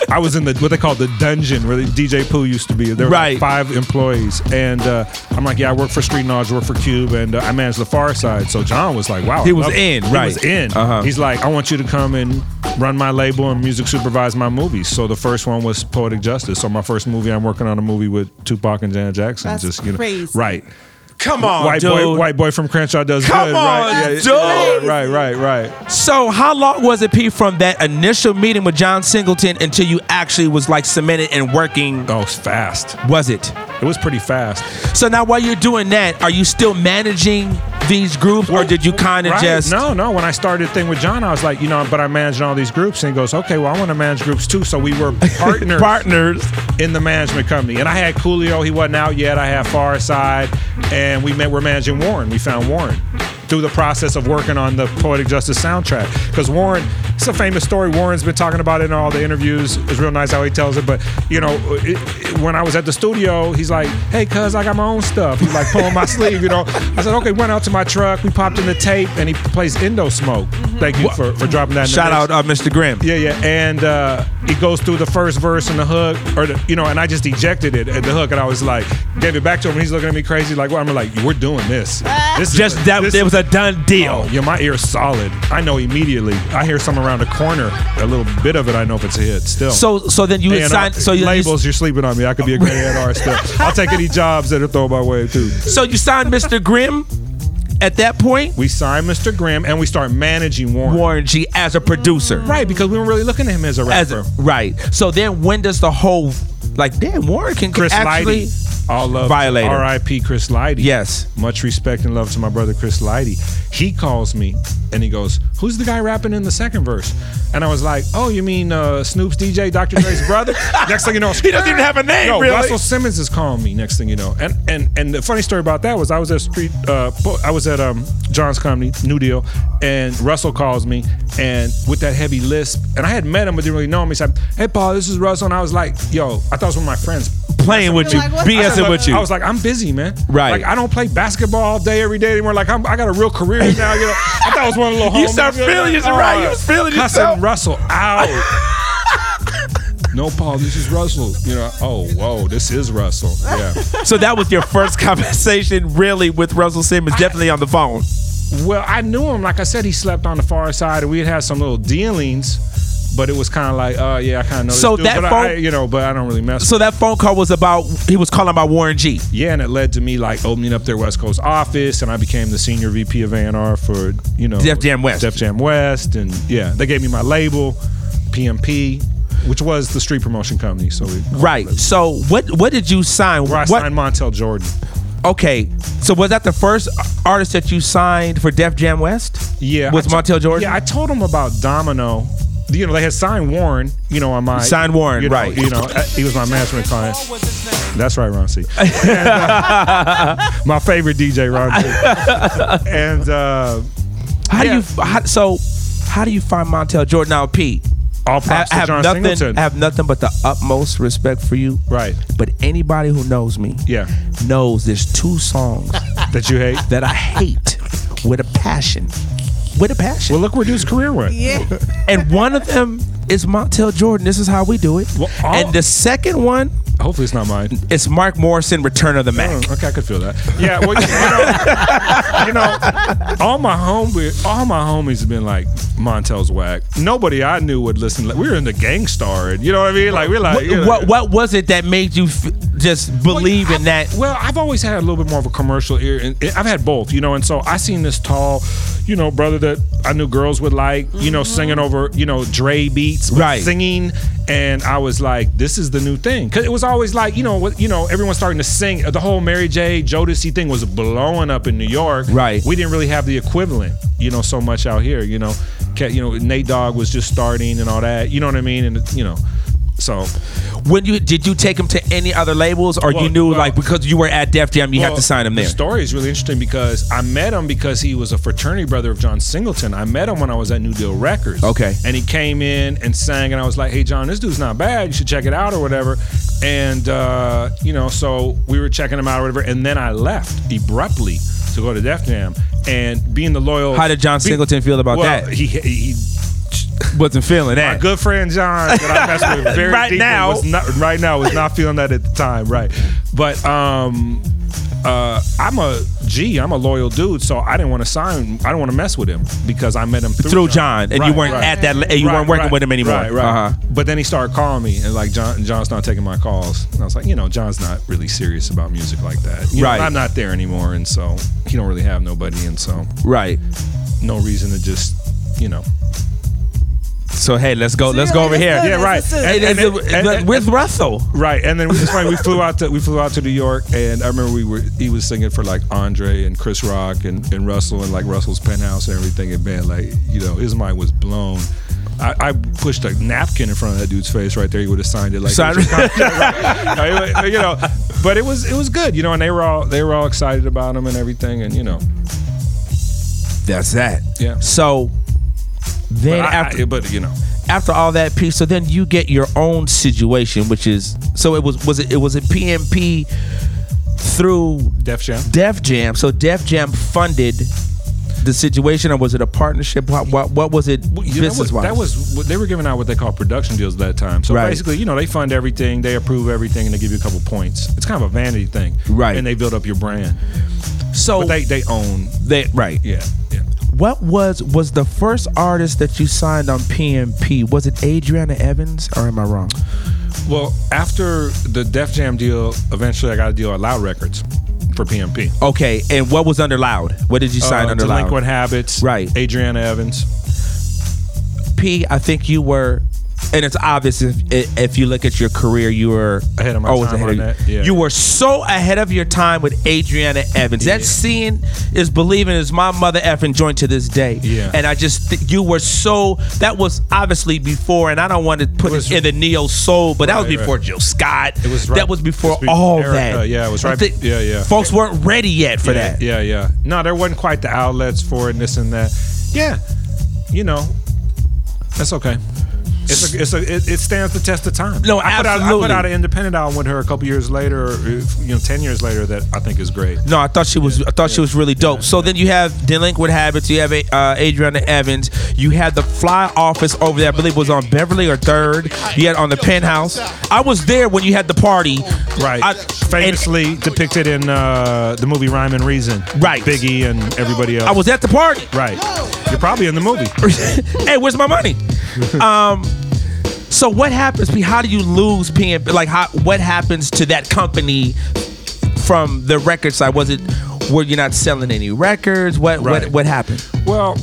B: I was in the what they call the dungeon where the DJ Pooh used to be. There were like
A: Right.
B: five employees, and uh, I'm like, yeah, I work for Street Knowledge, work for Cube, and uh, I manage the Far Side. So John was like, wow,
A: He
B: I
A: was
B: love it.
A: in,
B: He was
A: right.
B: in.
A: Uh-huh.
B: He's like, I want you to come and run my label and music supervise my movies. So the first one was Poetic Justice. So my first movie, I'm working on a movie with Tupac and Janet Jackson.
Q: That's
B: Just you know,
Q: crazy.
B: right.
A: Come on,
B: white boy,
A: Oh, dude.
B: white boy from Crenshaw does
A: Come
B: good,
A: on,
B: right?
A: dude.
B: yeah, right, right, right.
A: So how long was it, P, from that initial meeting with John Singleton until you actually was like cemented and working?
B: Oh, it's fast.
A: Was it?
B: It was pretty fast.
A: So now while you're doing that, are you still managing these groups, or did you kind of
B: Right.
A: just?
B: no, no. When I started the thing with John, I was like, you know, but I'm managing all these groups, and he goes, okay, well, I want to manage groups too. So we
A: *laughs*
B: were partners,
A: Partners.
B: in the management company, and I had Coolio. He wasn't out yet. I had Farside, and we met. We're managing Warren. We found Warren through the process of working on the Poetic Justice soundtrack because Warren. It's a famous story. Warren's been talking about it in all the interviews. It's real nice how he tells it. But you know, it, it- when I was at the studio, he's like, "Hey, cuz, I got my own stuff." He's like pulling my *laughs* sleeve. You know, I said, "Okay." Went out to my truck. We popped in the tape, and he plays Endo Smoke. Thank you for, for dropping that. in the
A: Shout
B: mix.
A: out uh, Mr. Grimm.
B: Yeah, yeah. And uh, it goes through the first verse and the hook, or the, you know, and I just ejected it at the hook, and I was like, gave it back to him, and he's looking at me crazy, like, well, I'm like, we're doing this. This is
A: Just
B: a-
A: that
B: this
A: it was a done deal.
B: Oh, yeah, my ear's solid. I know immediately. I hear something around the corner, a little bit of it. I know if it's a hit. Still.
A: So- so then you
B: A&R
A: assign- so you-
B: labels. You're sleeping on me. I could be a great A&R
A: *laughs*
B: still. I'll take any jobs that are thrown my way too.
A: So you signed Mr. Grimm at that point?
B: We signed Mr. Grimm and we start managing Warren.
A: Warren G as a producer.
B: Right, because we weren't really looking at him as a
A: As
B: rapper.
A: a- right. So then when does the whole like damn Warren can
B: Chris
A: actually
B: Lighty. All love.
A: Violator.
B: R.I.P. Chris Lighty.
A: Yes.
B: Much respect and love to my brother Chris Lighty. He calls me and he goes, "Who's the guy rapping in the second verse?" And I was like, "Oh, you mean uh, Snoop's DJ, Dr.
A: *laughs*
B: Dre's brother?" next thing you know,
A: He doesn't
B: *laughs*
A: even have a name,
B: Yo,
A: really.
B: Russell Simmons is calling me. Next thing you know, and and and the funny story about that was I was at Street, uh, Po- I was at um, John's Comedy New Deal, and Russell calls me and with that heavy lisp, and I had met him but didn't really know him. He said, "Hey, Paul, this is Russell," and I was like, "Yo, I thought it was one of my friends."
A: playing with you,
Q: Like, what-
B: I said,
A: BSing
B: "Look,"
A: with you.
B: I was like, I'm busy, man.
A: Right.
B: Like I don't play basketball all day every day anymore. Like I'm, I got a real career now. You know, I thought it was one of the little.
A: *laughs* You
B: homies.
A: start feeling
B: Like, oh,
A: yourself, right? You was feeling
B: cussing
A: yourself.
B: Russell
A: *laughs*
B: out. no, Paul. This is Russell. You know. Oh, whoa. This is Russell. Yeah.
A: *laughs* so that was your first conversation really with Russell Simmons, definitely on the phone.
B: Well, I knew him. Like I said, he slept on the far side, and we had had some little dealings. But it was kind of like, uh, yeah, I kind of know.
A: So
B: this dude,
A: that
B: but I,
A: phone-
B: you know, but I don't really mess. with
A: So that phone call was about he was calling about Warren G.
B: Yeah, and it led to me like opening up their West Coast office, and I became the senior VP of A&R for you know
A: Def Jam West.
B: Def Jam West, and yeah, they gave me my label, PMP, which was the street promotion company. So we,
A: Right. So what what did you sign?
B: Oh, where I
A: What
B: signed Montel Jordan.
A: okay. So was that the first artist that you signed for Def Jam West?
B: Yeah,
A: With
B: I t-
A: Montel Jordan?
B: Yeah, I told them about Domino. You know, they had signed Warren. You know, on my
A: Signed Warren,
B: you know,
A: right.
B: You know, uh, he was my management client. That's right, Ron
A: *laughs*
B: C. uh, my favorite DJ, Ron
A: *laughs*
B: C. and. Uh, Yeah.
A: How do you how, so? How do you find Montel Jordan? Now, Pete,
B: All props to
A: I, I have
B: John
A: nothing.
B: Singleton.
A: I have nothing but the utmost respect for you.
B: Right.
A: But anybody who knows me,
B: Yeah.
A: knows there's two songs
B: That you hate.
A: that I hate with a passion, with a passion.
B: Well, look where dude's career went.
Q: Yeah.
A: and one of them is Montel Jordan. This is how we do it.
B: Well, all-
A: and the second one,
B: Hopefully it's not mine.
A: *laughs*
B: Oh,
A: It's Mark Morrison, Return of the Mac.
B: okay, I could feel that. Yeah, well, you know, you know all my homies, all my homies have been like Montel's whack. Nobody I knew would listen. We were in the gang star, and you know what I mean. Like we're like,
A: what,
B: you know.
A: what what was it that made you f- just believe in that?
B: Well, I've always had a little bit more of a commercial ear, and and I've had both, you know. And so I seen this tall, you know, brother that I knew girls would like, you know, singing over, you know, Dre beats, but
A: Mm-hmm. Right.
B: Singing, and I was like, this is the new thing, because it was always like, you know, what, you know, everyone starting to sing. The whole Mary J. Jodeci thing was blowing up in New York. Right. We didn't really have the equivalent, you know, so much out here, you know. Ca- You know, Nate Dogg was just starting and all that. You know what I mean? And you know, so
A: When you did you take him to any other labels, or you
B: Well,
A: knew
B: well-
A: like because you were at Def Jam, you have
B: Well,
A: to sign him there?
B: The story is really interesting because I met him because he was a fraternity brother of John Singleton. I met him when I was at New Deal Records.
A: Okay.
B: And he came in and sang, and I was like, hey, John, this dude's not bad. You should check it out or whatever. And, uh, you know, so we were checking him out or whatever. And then I left abruptly to go to Def Jam. And being the loyal.
A: How did John
B: be-
A: Singleton feel about
B: Well,
A: that?
B: He, he
A: wasn't feeling
B: my
A: that.
B: good friend John that I mess
A: *laughs*
B: with very
A: Right
B: deeply
A: now.
B: was not right now was not feeling that at the time, right? But um uh I'm a G, I'm a loyal dude, so I didn't want to sign I don't want to mess with him because I met him through,
A: Through John, and you weren't at that- and you weren't working with him anymore.
B: Right, right.
A: Uh-huh.
B: But then he started calling me and like John John's not taking my calls. And I was like, you know, John's not really serious about music like that. You know,
A: Right.
B: I'm not there anymore and so he don't really have nobody and so
A: Right.
B: no reason to just, you know,
A: So hey, let's go. Let's go over here.
B: yeah, right.
A: And- and- and- with Russell.
B: Right. And then we just like we flew out to we flew out to New York and I remember we were he was singing for like Andre and Chris Rock and, and Russell and like Russell's penthouse and everything and man, like, you know, his mind was blown. I, I pushed a napkin in front of that dude's face right there. He would have signed it like it
A: Signed-
B: was a contract, right? *laughs* No, it was- you know. But it was it was good, you know. And they were all they were all excited about him and everything, and you know.
A: That's that.
B: Yeah.
A: So then
B: But I-
A: after,
B: I- but, you know.
A: after all that piece, so then you get your own situation, which is so it was was it, it was a PMP through
B: Def Jam.
A: Def Jam. So Def Jam funded the situation, or was it a partnership? What what, what was it
B: You know what-
A: business wise?
B: That was what- they were giving out what they call production deals at that time. So
A: Right.
B: basically, you know, they fund everything, they approve everything, and they give you a couple points. It's kind of a vanity thing,
A: Right.
B: And they build up your brand.
A: So
B: But they they own
A: they right.
B: Yeah, yeah.
A: What was was the first artist that you signed on PMP? Was it Adriana Evans, or am I wrong?
B: Well, after the Def Jam deal, eventually I got a deal at Loud Records for PMP.
A: Okay, and what was under Loud? What did you sign
B: Uh,
A: under Loud?
B: Delinquent Habits,
A: Right.
B: Adriana Evans.
A: P, I think you were, and it's obvious if if you look at your career, you were
B: Ahead of my
A: always
B: time
A: ahead
B: on
A: of
B: that, yeah.
A: You were so ahead of your time with Adriana Evans. That seeing is believing is my mother effing joint to this day.
B: Yeah.
A: and I just th- you were so that was obviously before, and I don't want to put it, in the neo soul, but that was
B: Right,
A: before
B: right.
A: Jill Scott. It
B: was right-
A: that was before
B: It's be-
A: all
B: Erica,
A: that.
B: Yeah, it was
A: I
B: right.
A: think
B: yeah, yeah.
A: Folks weren't ready yet for
B: yeah,
A: that.
B: Yeah, yeah. No, there wasn't quite the outlets for it and this and that. Yeah, you know, that's okay. It's a, it's a, it, it stands the test of time.
A: No,
B: I put, out, I put
A: absolutely.
B: out an independent album with her a couple years later, or, you know, ten years later that I think is great.
A: No, I thought she was. I thought she was really dope. so then you have delinquent habits. You have uh, Adriana Evans. You had the fly office over there. I believe it was on Beverly or Third. You had on the penthouse. I was there when you had the party.
B: Right.
A: I-
B: Famously depicted in uh, the movie Rhyme and Reason.
A: Right.
B: Biggie and everybody else.
A: I was at the party. *laughs*
B: Right. You're probably in the movie.
A: hey, where's my money? Um. So what happens? P? How do you lose PMP? Like, how, what happens to that company from the record side? Was it were you not selling any records? What
B: Right.
A: what what happened?
B: Well,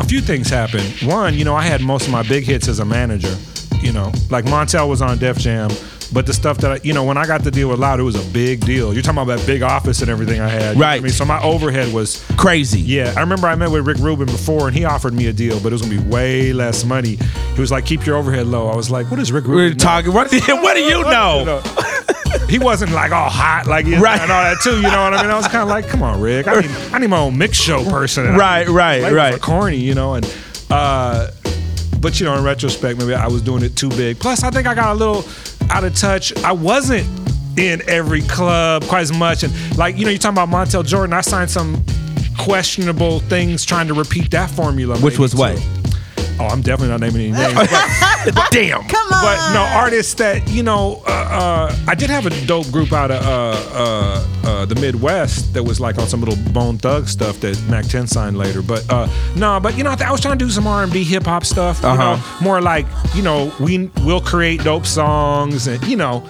B: a few things happened. One, you know, I had most of my big hits as a manager. You know, like Montel was on Def Jam, but the stuff that I, you know, when I got to deal with Loud, it was a big deal. You're talking about that big office and everything I had. you know what
A: Right.
B: I mean, so my overhead was
A: Crazy.
B: yeah, I remember I met with Rick Rubin before, and he offered me a deal, but it was gonna be way less money. He was like, "Keep your overhead low." I was like, "What is Rick Rubin?"
A: We're talking. What, *laughs* what do you know?
B: he wasn't like all hot like he is
A: Right.
B: now and all that too. You know what I mean? I was kind of like, come on, Rick. I need, I need my own mix show person. And I-
A: Right, right,
B: labels
A: right.
B: Are corny, you know. And uh, but you know, in retrospect, maybe I was doing it too big. Plus, I think I got a little out of touch. I wasn't in every club quite as much. And like you know, you're talking about Montel Jordan. I signed some questionable things trying to repeat that formula.
A: Which
B: maybe,
A: was what?
B: too. Oh, I'm definitely not naming any names. but- Damn.
Q: Come
B: on. But no, artists that, you know, uh, uh, I did have a dope group out of uh, uh, uh, the Midwest that was like on some little Bone Thug stuff that Mac 10 signed later. But uh, no, but you know, I, th- I was trying to do some R&B hip hop stuff. You
A: Uh-huh.
B: know, more like, you know, we will create dope songs and, you know,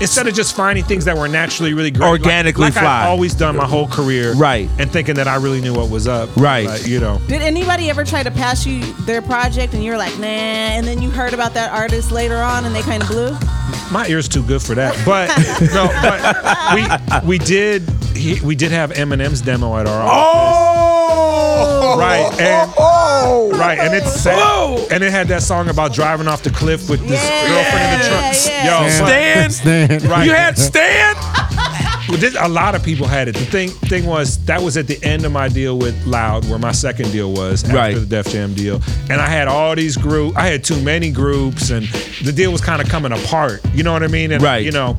B: Instead of just finding things that were naturally really great, like-
A: Organically
B: like,
A: fly.
B: I've always done my whole career, right? And thinking that I really knew what was up, right? you know,
Q: Did anybody ever try to pass you their project and you were like, nah, and then you heard about that artist later on and they kind of blew?
B: My ear's too good for that. But no, but we we did he, we did have Eminem's demo at our
H: Oh!
B: office. Right and right and it's sad. and it had that song about driving off the cliff with this girlfriend in the truck. Yo, but-
A: oh, Stan,
B: Right.
D: *laughs*
A: you had Stan.
B: *laughs* Well, this, a lot of people had it. The thing thing was that was at the end of my deal with Loud, where my second deal was after the Def Jam deal, and I had all these group. I had too many groups, and the deal was kind of coming apart. You know what I mean? And, right. You know,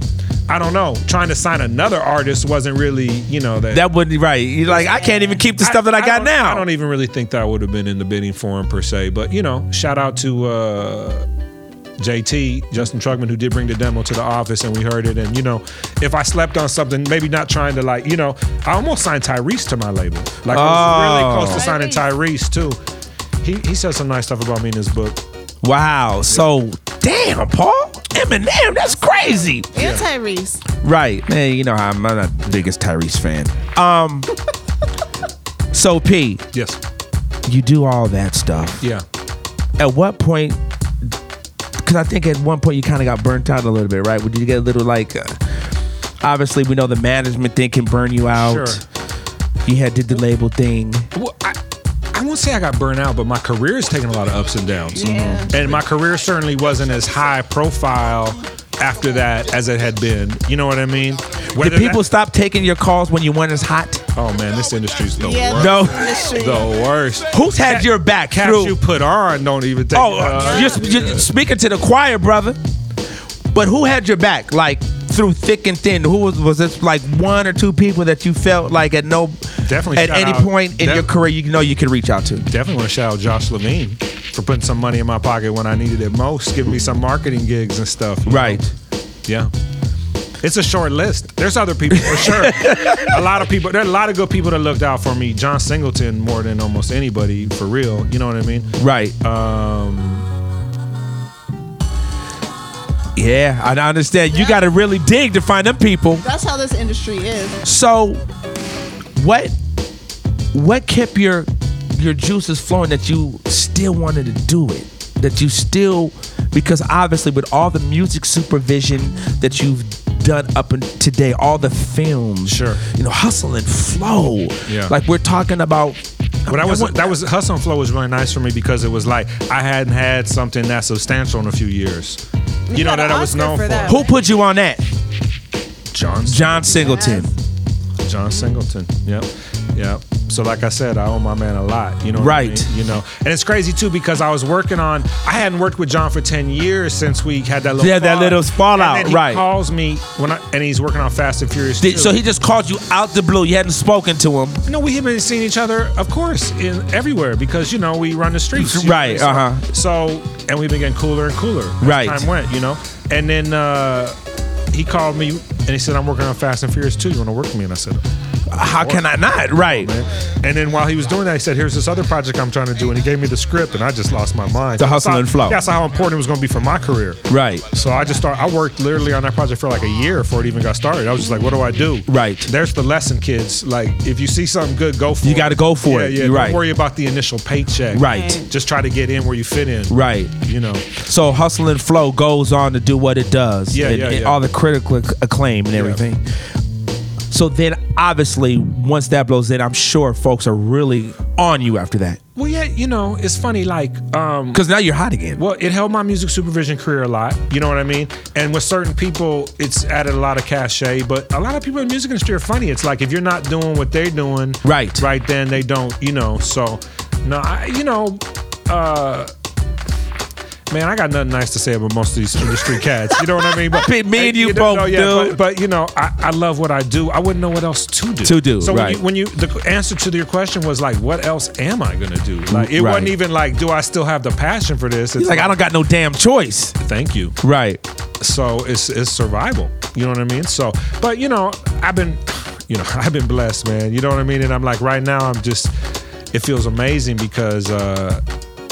B: I don't know. Trying to sign another artist wasn't really, you know, that
A: That wouldn't right. You're like, I can't even keep the stuff that I got
B: don't-
A: now.
B: I don't even really think that would have been in the bidding for him per se. But you know, shout out to uh, JT Justin Trugman who did bring the demo to the office and we heard it. And you know, if I slept on something, maybe not trying to like, you know, I almost signed Tyrese to my label. Like I
A: Oh.
B: was really close to signing Tyrese too. He he said some nice stuff about me in his book.
A: Wow. So damn, Paul Eminem. That's crazy.
Q: And Tyrese.
A: Right. Hey, you know how I'm, I'm not the biggest Tyrese fan. Um. *laughs* so P.
B: Yes.
A: You do all that stuff.
B: Yeah.
A: At what point? Because I think at one point you kind of got burnt out a little bit, right? Would you get a little like? Uh, obviously, we know the management thing can burn you out.
B: Sure.
A: You had did the label thing.
B: Well, I, I won't say I got burnt out, but my career is taking a lot of ups and downs. Mm-hmm.
A: Yeah.
B: And my career certainly wasn't as high profile after that as it had been. You know what I mean? Whether
A: Did people
B: that-
A: stop taking your calls when you went as hot?
B: Oh man, this industry's the
A: Yeah,
B: worst. *laughs*
A: No. this industry.
B: the worst.
A: Who's had your back
B: Caps
A: through?
B: you put on don't even take.
A: Oh,
B: it off.
A: uh, you're, you're speaking to the choir, brother. But who had your back, like through thick and thin? Who was was this like one or two people that you felt like at no
B: Definitely
A: at
B: shout
A: any
B: out-
A: point in
B: def-
A: your career you know you could reach out to?
B: Definitely want to shout out Josh Levine for putting some money in my pocket when I needed it most, giving me some marketing gigs and stuff. Right. Yeah. It's a short list. There's other people for *laughs* sure. a lot of people. There are a lot of good people that looked out for me. John Singleton more than almost anybody for real. You know what I mean?
A: Right.
B: Um.
A: Yeah, I I understand. You got to really dig to find them people.
Q: That's how this industry is.
A: So, what what kept your your juices flowing that you still wanted to do it? That you still because obviously with all the music supervision that you've done up and today, all the films, sure, you know, hustle and flow.
B: Yeah.
A: like we're talking about.
B: But I was
A: want-
B: that was hustle and flow was really nice for me because it was like I hadn't had something that substantial in a few years. You, know that I was known for.
A: Who put you on that?
B: John
A: John Singleton.
B: John Singleton. Yep. Yep. So like I said, I owe my man a lot. You know. what I
A: Right.
B: mean? You know. And it's crazy too because I was working on. I hadn't worked with John for ten years since we had that little.
A: Yeah, that little fallout,
B: And then he
A: right.
B: Calls me when I, and he's working on Fast and Furious.
A: Did-
B: 2.
A: so he just called you out the blue. You hadn't spoken to him.
B: No, we have been seeing each other, of course, in everywhere because you know we run the streets, you know,
A: Right,
B: so-
A: uh-huh.
B: So, and we've been getting cooler and cooler. As
A: Right.
B: Time went, you know. And then uh, he called me and he said, "I'm working on Fast and Furious 2. You want to work with me?" And I said,
A: "How can I not?" Right.
B: And then while he was doing that, he said, "Here's this other project I'm trying to do," and he gave me the script, and I just lost my mind.
A: The Hustle
B: So-
A: and Flow.
B: Yeah, I saw how important it was going to be for my career.
A: Right.
B: So I just started. I worked literally on that project for like a year before it even got started. I was just like, "What do I do?"
A: Right.
B: There's the lesson, kids. Like, if you see something good, go for it.
A: You gotta go for
B: yeah,
A: it.
B: Yeah,
A: You're
B: Don't
A: right.
B: worry about the initial paycheck.
A: Right.
B: Just try to get in where you fit in.
A: Right.
B: You know.
A: So hustle and flow goes on to do what it does.
B: Yeah,
A: and,
B: yeah,
A: and
B: yeah.
A: all the critical acc- acclaim and
B: Yeah.
A: everything. So then, obviously, once that blows in, I'm sure folks are really on you after that.
B: Well, yeah, you know, it's funny. Like, um,
A: 'Cause now you're hot again.
B: Well, it helped my music supervision career a lot. You know what I mean? And with certain people, it's added a lot of cachet. But a lot of people in the music industry are funny. It's like if you're not doing what they're doing, right, right, then they don't. You know, so no, I, you know, uh, Man, I got nothing nice to say about most of these industry cats. You know what I mean? But
A: *laughs* Me- me and you
B: don't
A: both,
B: know yet,
A: dude.
B: But, but, you know, I, I love what I do. I wouldn't know what else to do.
A: To do,
B: So
A: right.
B: when, you, when you, the answer to your question was like, what else am I gonna do? Like, it
A: Right.
B: wasn't even like, do I still have the passion for this?
A: He's like, I don't got no damn choice.
B: Thank you.
A: Right.
B: So it's it's survival. You know what I mean? So, but you know, I've been, you know, *laughs* I've been blessed, man. You know what I mean? And I'm like, right now, I'm just, it feels amazing because uh,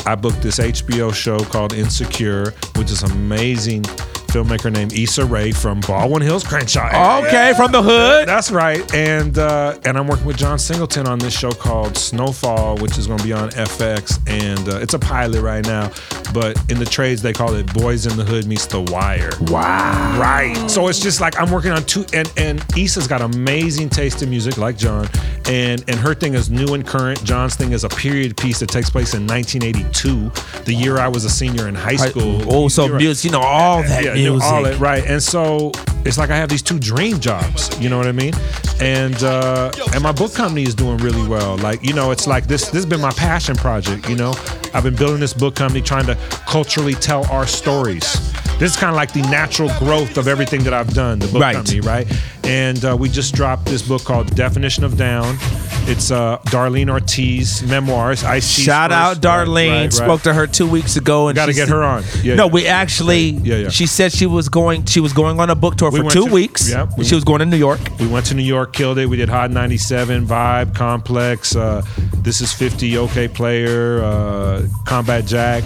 B: I booked this HBO show called Insecure, which is amazing. Filmmaker named Issa Rae from Baldwin Hills, Crenshaw.
A: Okay, from the hood.
B: That's right. And uh, and I'm working with John Singleton on this show called Snowfall, which is going to be on FX, and uh, it's a pilot right now. But in the trades, they call it Boys in the Hood meets The Wire.
A: Wow.
B: Right. So it's just like I'm working on two, and and Issa's got amazing taste in music, like John, and and her thing is new and current. John's thing is a period piece that takes place in 1982, the year I was a senior in high
A: High-
B: school.
A: oh, so
B: You're right.
A: music, you know, all that
B: you know, all
A: music.
B: that, right. And so it's like I have these two dream jobs. You know what I mean? And uh, and my book company is doing really well. Like you know, it's like this. This has been my passion project. You know, I've been building this book company, trying to culturally tell our stories. This is kind of like the natural growth of everything that I've done. The book
A: Right.
B: company, right? And uh, we just dropped this book called Definition of Down. It's uh, Darlene Ortiz memoirs. I
A: Shout out Darlene. Spoke to her two weeks ago, and
B: Gotta
A: she
B: get
A: said-
B: her on. Yeah,
A: no,
B: yeah.
A: we actually.
B: Yeah, yeah.
A: She said she was going. She was going on a book tour
B: We
A: for
B: went
A: two
B: to-
A: weeks.
B: yeah, we-
A: she was going to New York.
B: We went to New York, killed it. We did Hot 97, Vibe, Complex, uh, This Is 50, OK Player, uh, Combat Jack.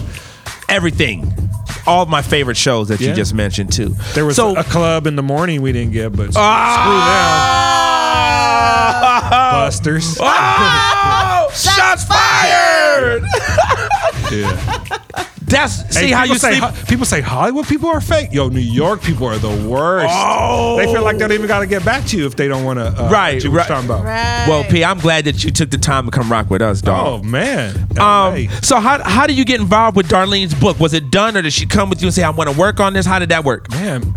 A: Everything. All my favorite shows that you
B: Yeah.
A: just mentioned too.
B: There was
A: So-
B: a club in the morning we didn't get, but
A: Ah!
B: *laughs* screw them. Busters.
A: Oh, shots fired!
B: Yeah.
A: That's see
B: Hey,
A: how
B: people
A: you
B: say,
A: sleep.
B: Ho- People say Hollywood people are fake. Yo, New York people are the worst.
A: Oh.
B: They feel like they don't even got to get back to you if they don't want to. Uh,
A: right,
B: what you was
A: right.
B: talking about.
A: Well, P, I'm glad that you took the time to come rock with us,
B: Oh
A: dog.
B: man.
A: um, so how how do you get involved with Darlene's book? Was it done, or did she come with you and say, "I want to work on this"? How did that work?
B: Man,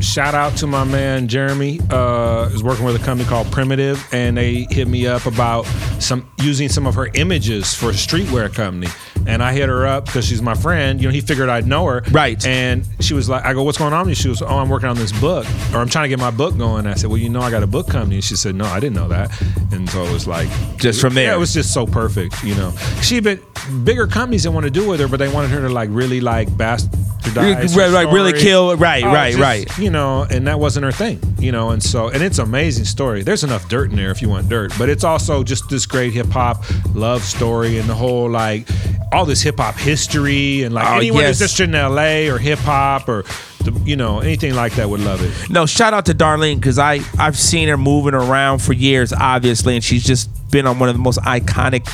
B: shout out to my man Jeremy. Uh, is working with a company called Primitive, and they hit me up about some using some of her images for a streetwear company. And I hit her up because she's my friend. You know, he figured I'd know her. Right. And she was like, I go, what's going on? with you?" she was, oh, I'm working on this book, or I'm trying to get my book going. I said, well, you know, I got a book company. And she said, no, I didn't know that. And so it was like,
A: Just from there.
B: Yeah, it was just so perfect. You know, she been bigger companies didn't want to do with her, but they wanted her to like really like bastardize. her
A: Right, right, really
B: story.
A: kill- right,
B: Oh,
A: right,
B: just,
A: right.
B: You know, and that wasn't her thing. You know, and so and it's an amazing story. There's enough dirt in there if you want dirt, but it's also just this great hip hop love story and the whole like all this hip hop history and like
A: Oh,
B: anyone
A: yes.
B: that's just in L.A. or hip hop or the, you know anything like that would love it.
A: No, shout out to Darlene because I I've seen her moving around for years, obviously, and she's just been on one of the most iconic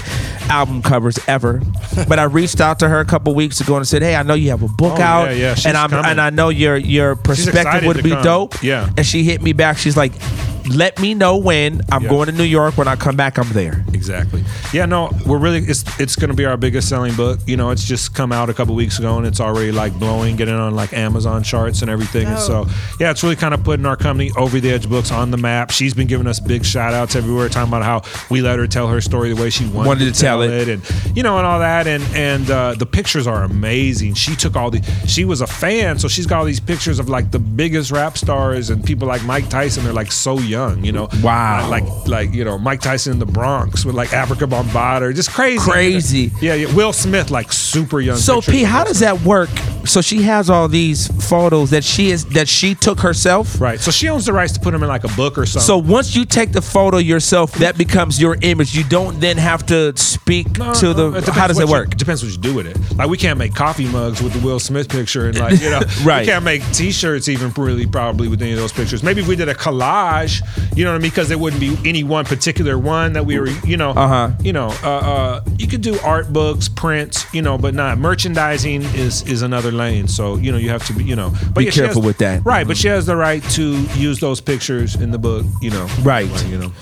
A: album covers
B: *laughs*
A: ever. but I reached out to her a couple weeks ago and said, "Hey, I know you have a book
B: Oh,
A: out,
B: yeah, yeah, she's
A: and I'm
B: coming.
A: and I know your your perspective
B: excited
A: would
B: to
A: be
B: come.
A: dope."
B: Yeah.
A: and she hit me back. She's like, "Let me know when I'm
B: Yeah.
A: going to New York. When I come back, I'm there."
B: Exactly. Yeah, no, we're really it's it's going to be our biggest selling book. You know, it's just come out a couple weeks ago and it's already like blowing, getting on like Amazon charts and everything. And so, yeah, it's really kind of putting our company over the edge books on the map. She's been giving us big shout outs everywhere talking about how we let her tell her story the way she wanted,
A: Wanted to tell it.
B: and you know and all that and and uh, the pictures are amazing. She took all the she was a fan, so she's got all these pictures of like the biggest rap stars and people like Mike Tyson. They're like so young, you know. Wow. Like like you know Mike Tyson in the Bronx with like Africa Bombada, just crazy,
A: Crazy.
B: Yeah, yeah. Will Smith like super young.
A: So
B: pictures.
A: P, how does that work? So she has all these photos that she is that she took herself.
B: Right. So she owns the rights to put them in like a book or something.
A: So once you take the photo yourself, that becomes your image. You don't then have to speak
B: No,
A: to
B: no,
A: the.
B: depends
A: how does
B: what
A: it
B: you-
A: work?
B: depends what you do with it. Like we can't make coffee mugs with the Will Smith picture, and like
A: *laughs*
B: you know,
A: Right.
B: we can't make T-shirts even really probably with any of those pictures. Maybe if we did a collage, you know what I mean? Because there wouldn't be any one particular one that we were, you know,
A: Uh-huh.
B: you know, uh, uh, you could do art books, prints, you know, but not merchandising is is another lane. So you know, you have to be, you know, but
A: Be
B: she
A: careful with that. Mm-hmm.
B: right? But she has the right to use those pictures in the book, you know,
A: Right.
B: like, you know.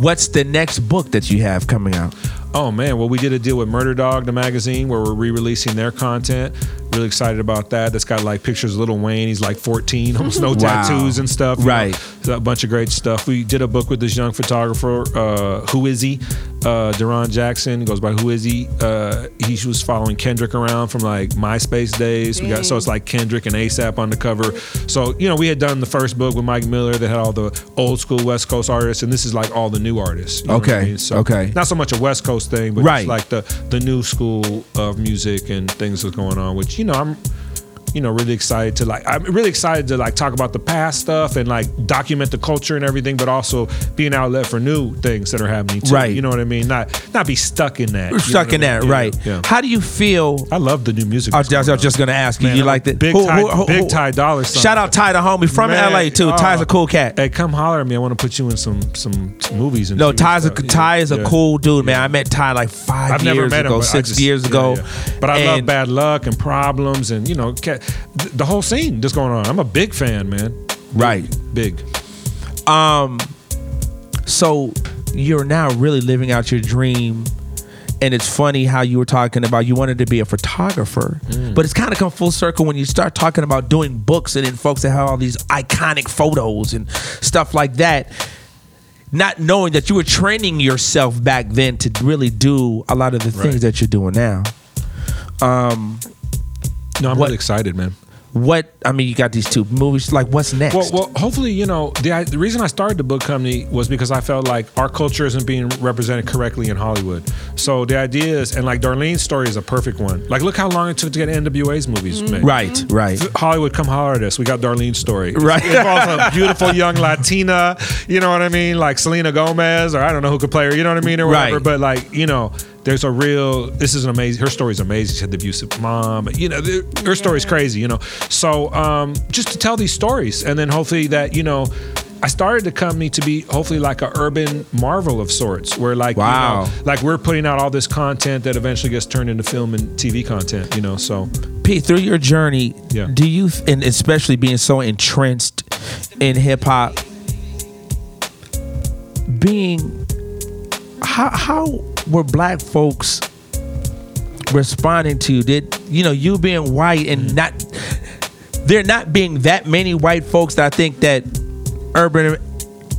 A: What's the next book that you have coming out?
B: Oh man, well we did a deal with Murder Dog, the magazine, where we're re-releasing their content. Really excited about that. That's got like pictures of Little Wayne. He's like 14, *laughs* almost no
A: Wow.
B: tattoos and stuff. you know.
A: Right.
B: So a bunch of great stuff. We did a book with this young photographer, uh, Who Is He? uh, Deron Jackson goes by Who Is He? Uh, he she was following Kendrick around from like MySpace days. We got so it's like Kendrick and ASAP on the cover. So you know we had done the first book with Mike Miller that had all the old school West Coast artists, and this is like all the new artists. you know what I
R: Okay,
B: mean? So,
R: okay.
B: Not so much a West Coast thing, but
R: Right.
B: just like the the new school of music and things that's going on. Which you know I'm you know really excited to like i'm really excited to like talk about the past stuff and like document the culture and everything but also be an outlet for new things that are happening too,
A: Right.
B: you know what i mean not not be stuck in that
A: We're
B: you know
A: stuck
B: what I
A: in
B: mean?
A: that,
B: Yeah,
A: right?
B: yeah.
A: How do you feel?
B: I love the new music.
A: I was, I was just going to ask you.
B: Man,
A: you
B: I'm
A: like
B: a
A: that?
B: big Ty- big Ty Dolla Sign.
A: Shout out Ty, the homie from
B: Man,
A: LA too.
B: oh.
A: Ty's a cool cat.
B: hey come holler at me i want to put you in some some movies and
A: No,
B: shit and
A: Ty's a
B: stuff.
A: Ty is a
B: Yeah.
A: cool dude, man. I met Ty like 5
B: I've
A: years
B: never met him,
A: ago,
B: but I
A: six
B: just-
A: years
B: yeah,
A: ago.
B: yeah. But I love
A: And-
B: bad luck and problems and you know ca- th- the whole scene that's going on. I'm a big fan, man.
A: Right,
B: big.
A: Um, so you're now really living out your dream, and it's funny how you were talking about you wanted to be a photographer,
B: Mm.
A: but it's kind of come full circle when you start talking about doing books and then folks that have all these iconic photos and stuff like that. Not knowing that you were training yourself back then to really do a lot of the things that you're doing now. Um,
B: no, I'm really excited, man.
A: What I mean, you got these two movies. Like, what's next?
B: Well, well, hopefully, you know, the, I, the reason I started the book company was because I felt like our culture isn't being represented correctly in Hollywood. So the idea is, and like Darlene's story is a perfect one. Like, look how long it took to get NWA's movies made.
A: Mm-hmm. Right, right.
B: Hollywood, come holler at us. We got Darlene's story.
A: Right.
B: It involves a beautiful young Latina, you know what I mean? Like Selena Gomez, or I don't know who could play her, you know what I mean? Or whatever.
A: Right.
B: But like, you know, there's a real, this is an amazing, her story's amazing. She had the abusive mom, you know, the, her story's crazy, you know? So um, just to tell these stories and then hopefully that, you know, I started the company to be hopefully like a urban marvel of sorts, where like you know,
A: Wow.
B: like we're putting out all this content that eventually gets turned into film and TV content, you know. So
A: Pete, through your journey, do you, and especially being so entrenched in hip hop, being how how were black folks responding to you? Did you know you being white and not there not being that many white folks that I think that urban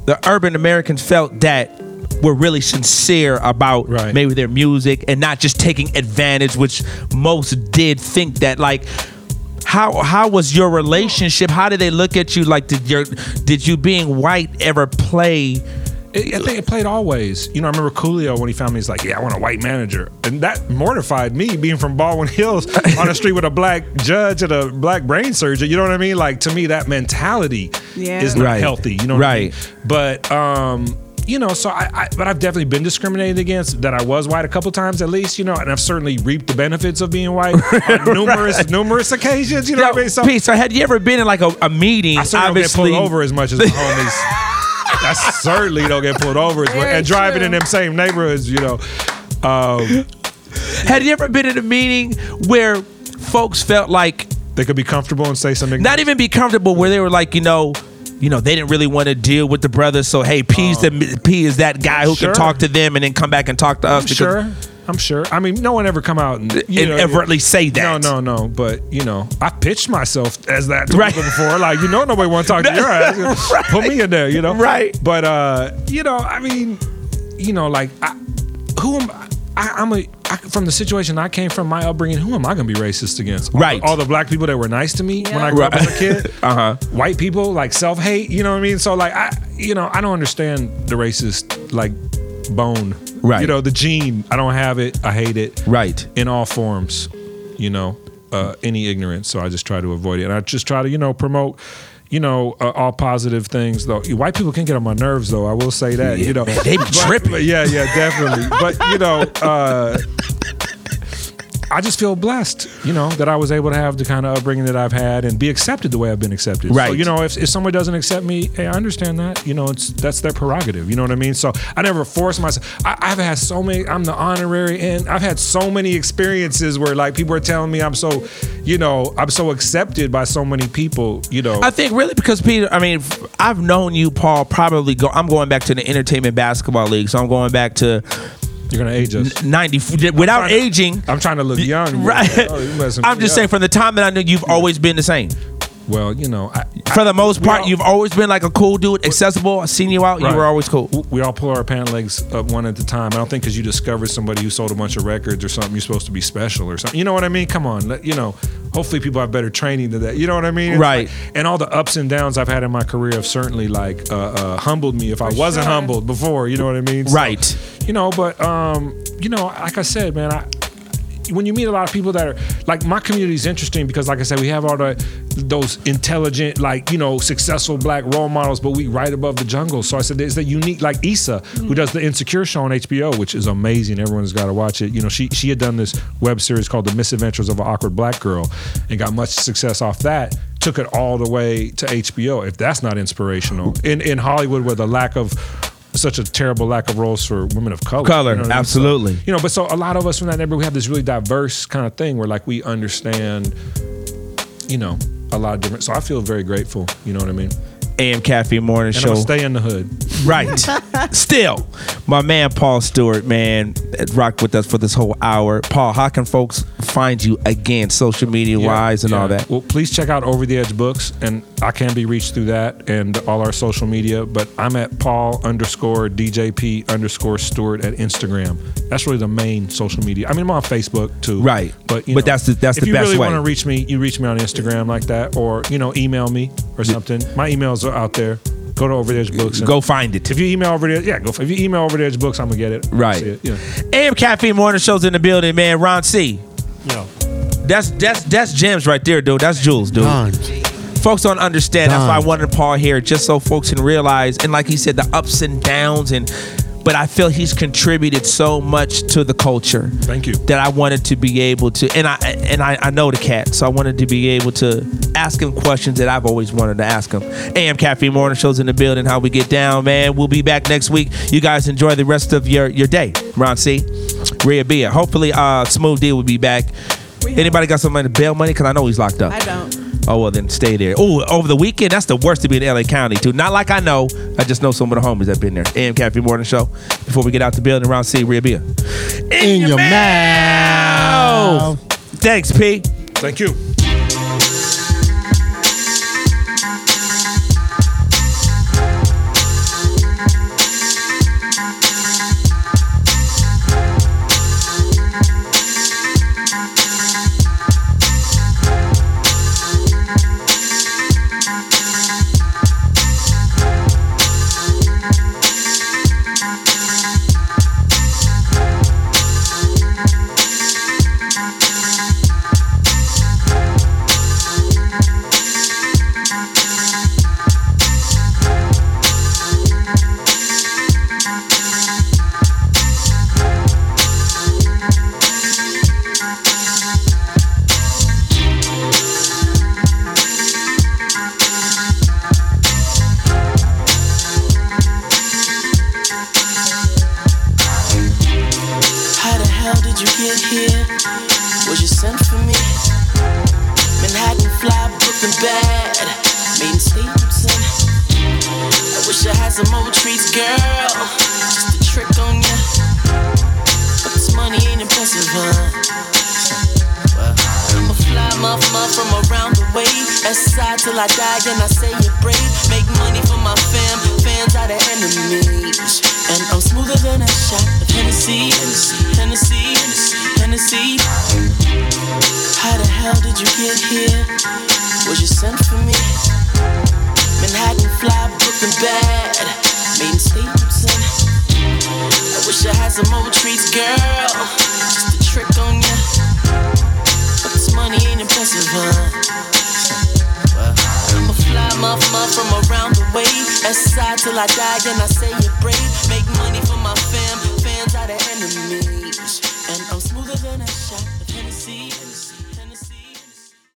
A: the urban Americans felt that were really sincere about maybe their music and not just taking advantage, which most did think that like how how was your relationship? How did they look at you? Like did your did you being white ever play?
B: It, I think it played always. You know, I remember Coolio when he found me. He's like, "Yeah, I want a white manager," and that mortified me, being from Baldwin
A: *laughs*
B: Hills on the street with a black judge and a black brain surgeon. You know what I mean? Like to me, that mentality
A: Yeah.
B: is not
A: Right.
B: healthy. You know, what I mean? But um, you know, so I, I, but I've definitely been discriminated against. That I was white a couple times at least. You know, and I've certainly reaped the benefits of being
A: *laughs*
B: white on numerous, numerous occasions. You know what I mean? So
A: Pete, so had you ever been in like a, a meeting?
B: I certainly don't
A: obviously,
B: get pulled over as much
A: *laughs*
B: as my homies. I certainly don't get pulled over as much.
A: Very
B: And driving in
A: true.
B: them same neighborhoods, you know. Um,
A: Had you ever been in a meeting where folks felt like
B: they could be comfortable and say something?
A: Not even be comfortable where they were like, you know, you know, they didn't really want to deal with the brothers. So hey, P's the P is that guy who
B: Oh. Sure.
A: can talk to them and then come back and talk to us.
B: I'm
A: because-
B: sure. I'm sure. I mean, no one ever come out and, you
A: And
B: know,
A: overtly say that.
B: No, no, no. But you know, I pitched myself as that to people before. Like you know, nobody want to talk to
A: *laughs*
B: your ass. Put me in there, you know. Right. But uh, you know, I mean, you know, like I, who am I? I I'm a I, from the situation I came from, my upbringing. Who am I going to be racist against? All the-
A: Right.
B: All, the black people that were nice to me when I grew up
A: Right. Uh-huh.
B: as a
A: *laughs*
B: kid. uh huh. White people like self hate. You know what I mean? So like I, you know, I don't understand the racist like bone.
A: Right.
B: You know, the gene. I don't have it. I hate it.
A: Right.
B: In all forms, you know, uh, any ignorance. So I just try to avoid it. And I just try to, you know, promote, you know, uh, all positive things, though. White people can get on my nerves, though. I will say that,
A: Yeah,
B: you know.
A: man, they be
B: But-
A: tripping.
B: but yeah, yeah, definitely. but, you know, uh, I just feel blessed, you know, that I was able to have the kind of upbringing that I've had and be accepted the way I've been accepted. So,
A: Right.
B: you know, if, if someone doesn't accept me, hey, I understand that. You know, it's that's their prerogative. You know what I mean? So I never force myself. I, I've had so many. I'm the honorary, and I've had so many experiences where like people are telling me I'm so, you know, I'm so accepted by so many people. You know,
A: I think really because Peter, I mean, f- I've known you, Paul. Probably go. I'm going back to the entertainment basketball league, so I'm going back to.
B: You're gonna age us
A: ninety f- without aging.
B: I'm trying to look young,
A: right?
B: Oh, you messing
A: I'm
B: me
A: just
B: up.
A: saying, from the time that I knew, you've always been the same.
B: Well, you know, I,
A: For the most part, you've always been like a cool dude, accessible. I seen you out. You were always. cool.
B: We all pull our pant legs up one at a time. I don't think because you discovered somebody who sold a bunch of records or something, you're supposed to be special or something. You know what I mean? Come on, let- you know. Hopefully, people have better training than that. You know what I mean? It's
A: Right.
B: like- and all the ups and downs I've had in my career have certainly like uh, uh, humbled me if I wasn't
A: sure.
B: humbled before. You know what I mean? So,
A: Right.
B: You know, but um, you know, like I said, man, I when you meet a lot of people that are like my community is interesting because like i said we have all the those intelligent like you know successful black role models but we right above the jungle so i said there's that unique like Issa who does the insecure show on hbo which is amazing everyone's got to watch it you know she she had done this web series called the misadventures of an awkward black girl and got much success off that took it all the way to hbo if that's not inspirational in in hollywood where the lack of such a terrible lack of roles for women of color.
A: Color,
B: what I mean? So-
A: absolutely.
B: you know, but so a lot of us from that neighborhood, we have this really diverse kind of thing where like we understand, you know, a lot of different. So I feel very grateful. You know what I mean?
A: AM Caffeine Morning
B: And
A: Show.
B: I'ma stay in the hood. *laughs*
A: Right. Still, my man Paul Stewart, man, rocked with us for this whole hour. Paul, how can folks find you again, social media wise and all that?
B: Well, please check out Over the Edge Books, and I can be reached through that and all our social media. But I'm at Paul underscore DJP underscore Stewart at Instagram. That's really the main social media. I mean, I'm on Facebook too. Right. But you
A: But
B: know,
A: that's the- that's
B: if
A: the
B: you
A: best
B: really
A: way.
B: want to reach me, you reach me on Instagram like that, or you know, email me or something. My emails are out there. Go to Over the Edge Books. and-
A: Go find it.
B: If you email Over the Edge, yeah, go. If you email Over the Edge Books, I'm gonna get it.
A: Right.
B: See it, Yeah.
A: AM Caffeine Morning Show's in the building, man. Ron C. Yo. That's that's that's gems right there, dude. That's jewels, dude. Folks don't understand. That's why I wanted Paul here, just so folks can realize, and like he said, the ups and downs, and but I feel he's contributed so much to the culture.
B: Thank you.
A: That I wanted to be able to, and I and I, I know the cat, so I wanted to be able to ask him questions that I've always wanted to ask him. AM Caffeine Morning Show's in the building. How we get down, man. We'll be back next week. You guys enjoy the rest of your your day, Ron C. Rhea Bia. Hopefully, uh, Smooth D will be back. Anybody got some money, bail money? Cause I know he's locked up.
Q: I don't.
A: Oh well, then stay there. Oh, over the weekend, that's the worst to be in LA County too. Not like I know, I just know some of the homies that been there. AM Cafe Morning Show. Before we get out the building, round C, Rhea Bia. In your mouth. Thanks, P.
B: Thank you.
R: How the hell did you get here? Was you sent for me? Manhattan fly, Brooklyn bad, Maiden Stevenson. I wish I had some old treats, girl. Just a trick on ya. But this money ain't impressive, huh? Well, I'm a fly motherfucker from around the way. Side till I die, and I say it brave. Make money for my fam, fans are the enemies. And I'm smoother than a shot of Hennessy, Hennessy, Hennessy, Hennessy. How the hell did you get here? Was you sent for me? Manhattan fly, Brooklyn bad, Maiden Stevenson. I wish I had some old treats, girl. Just a trick on ya. But this money ain't impressive, huh? Well, I'm a fly motherfucker from around the way. Side till I die, and I say it brave. Make money for my fam, fans are the enemy.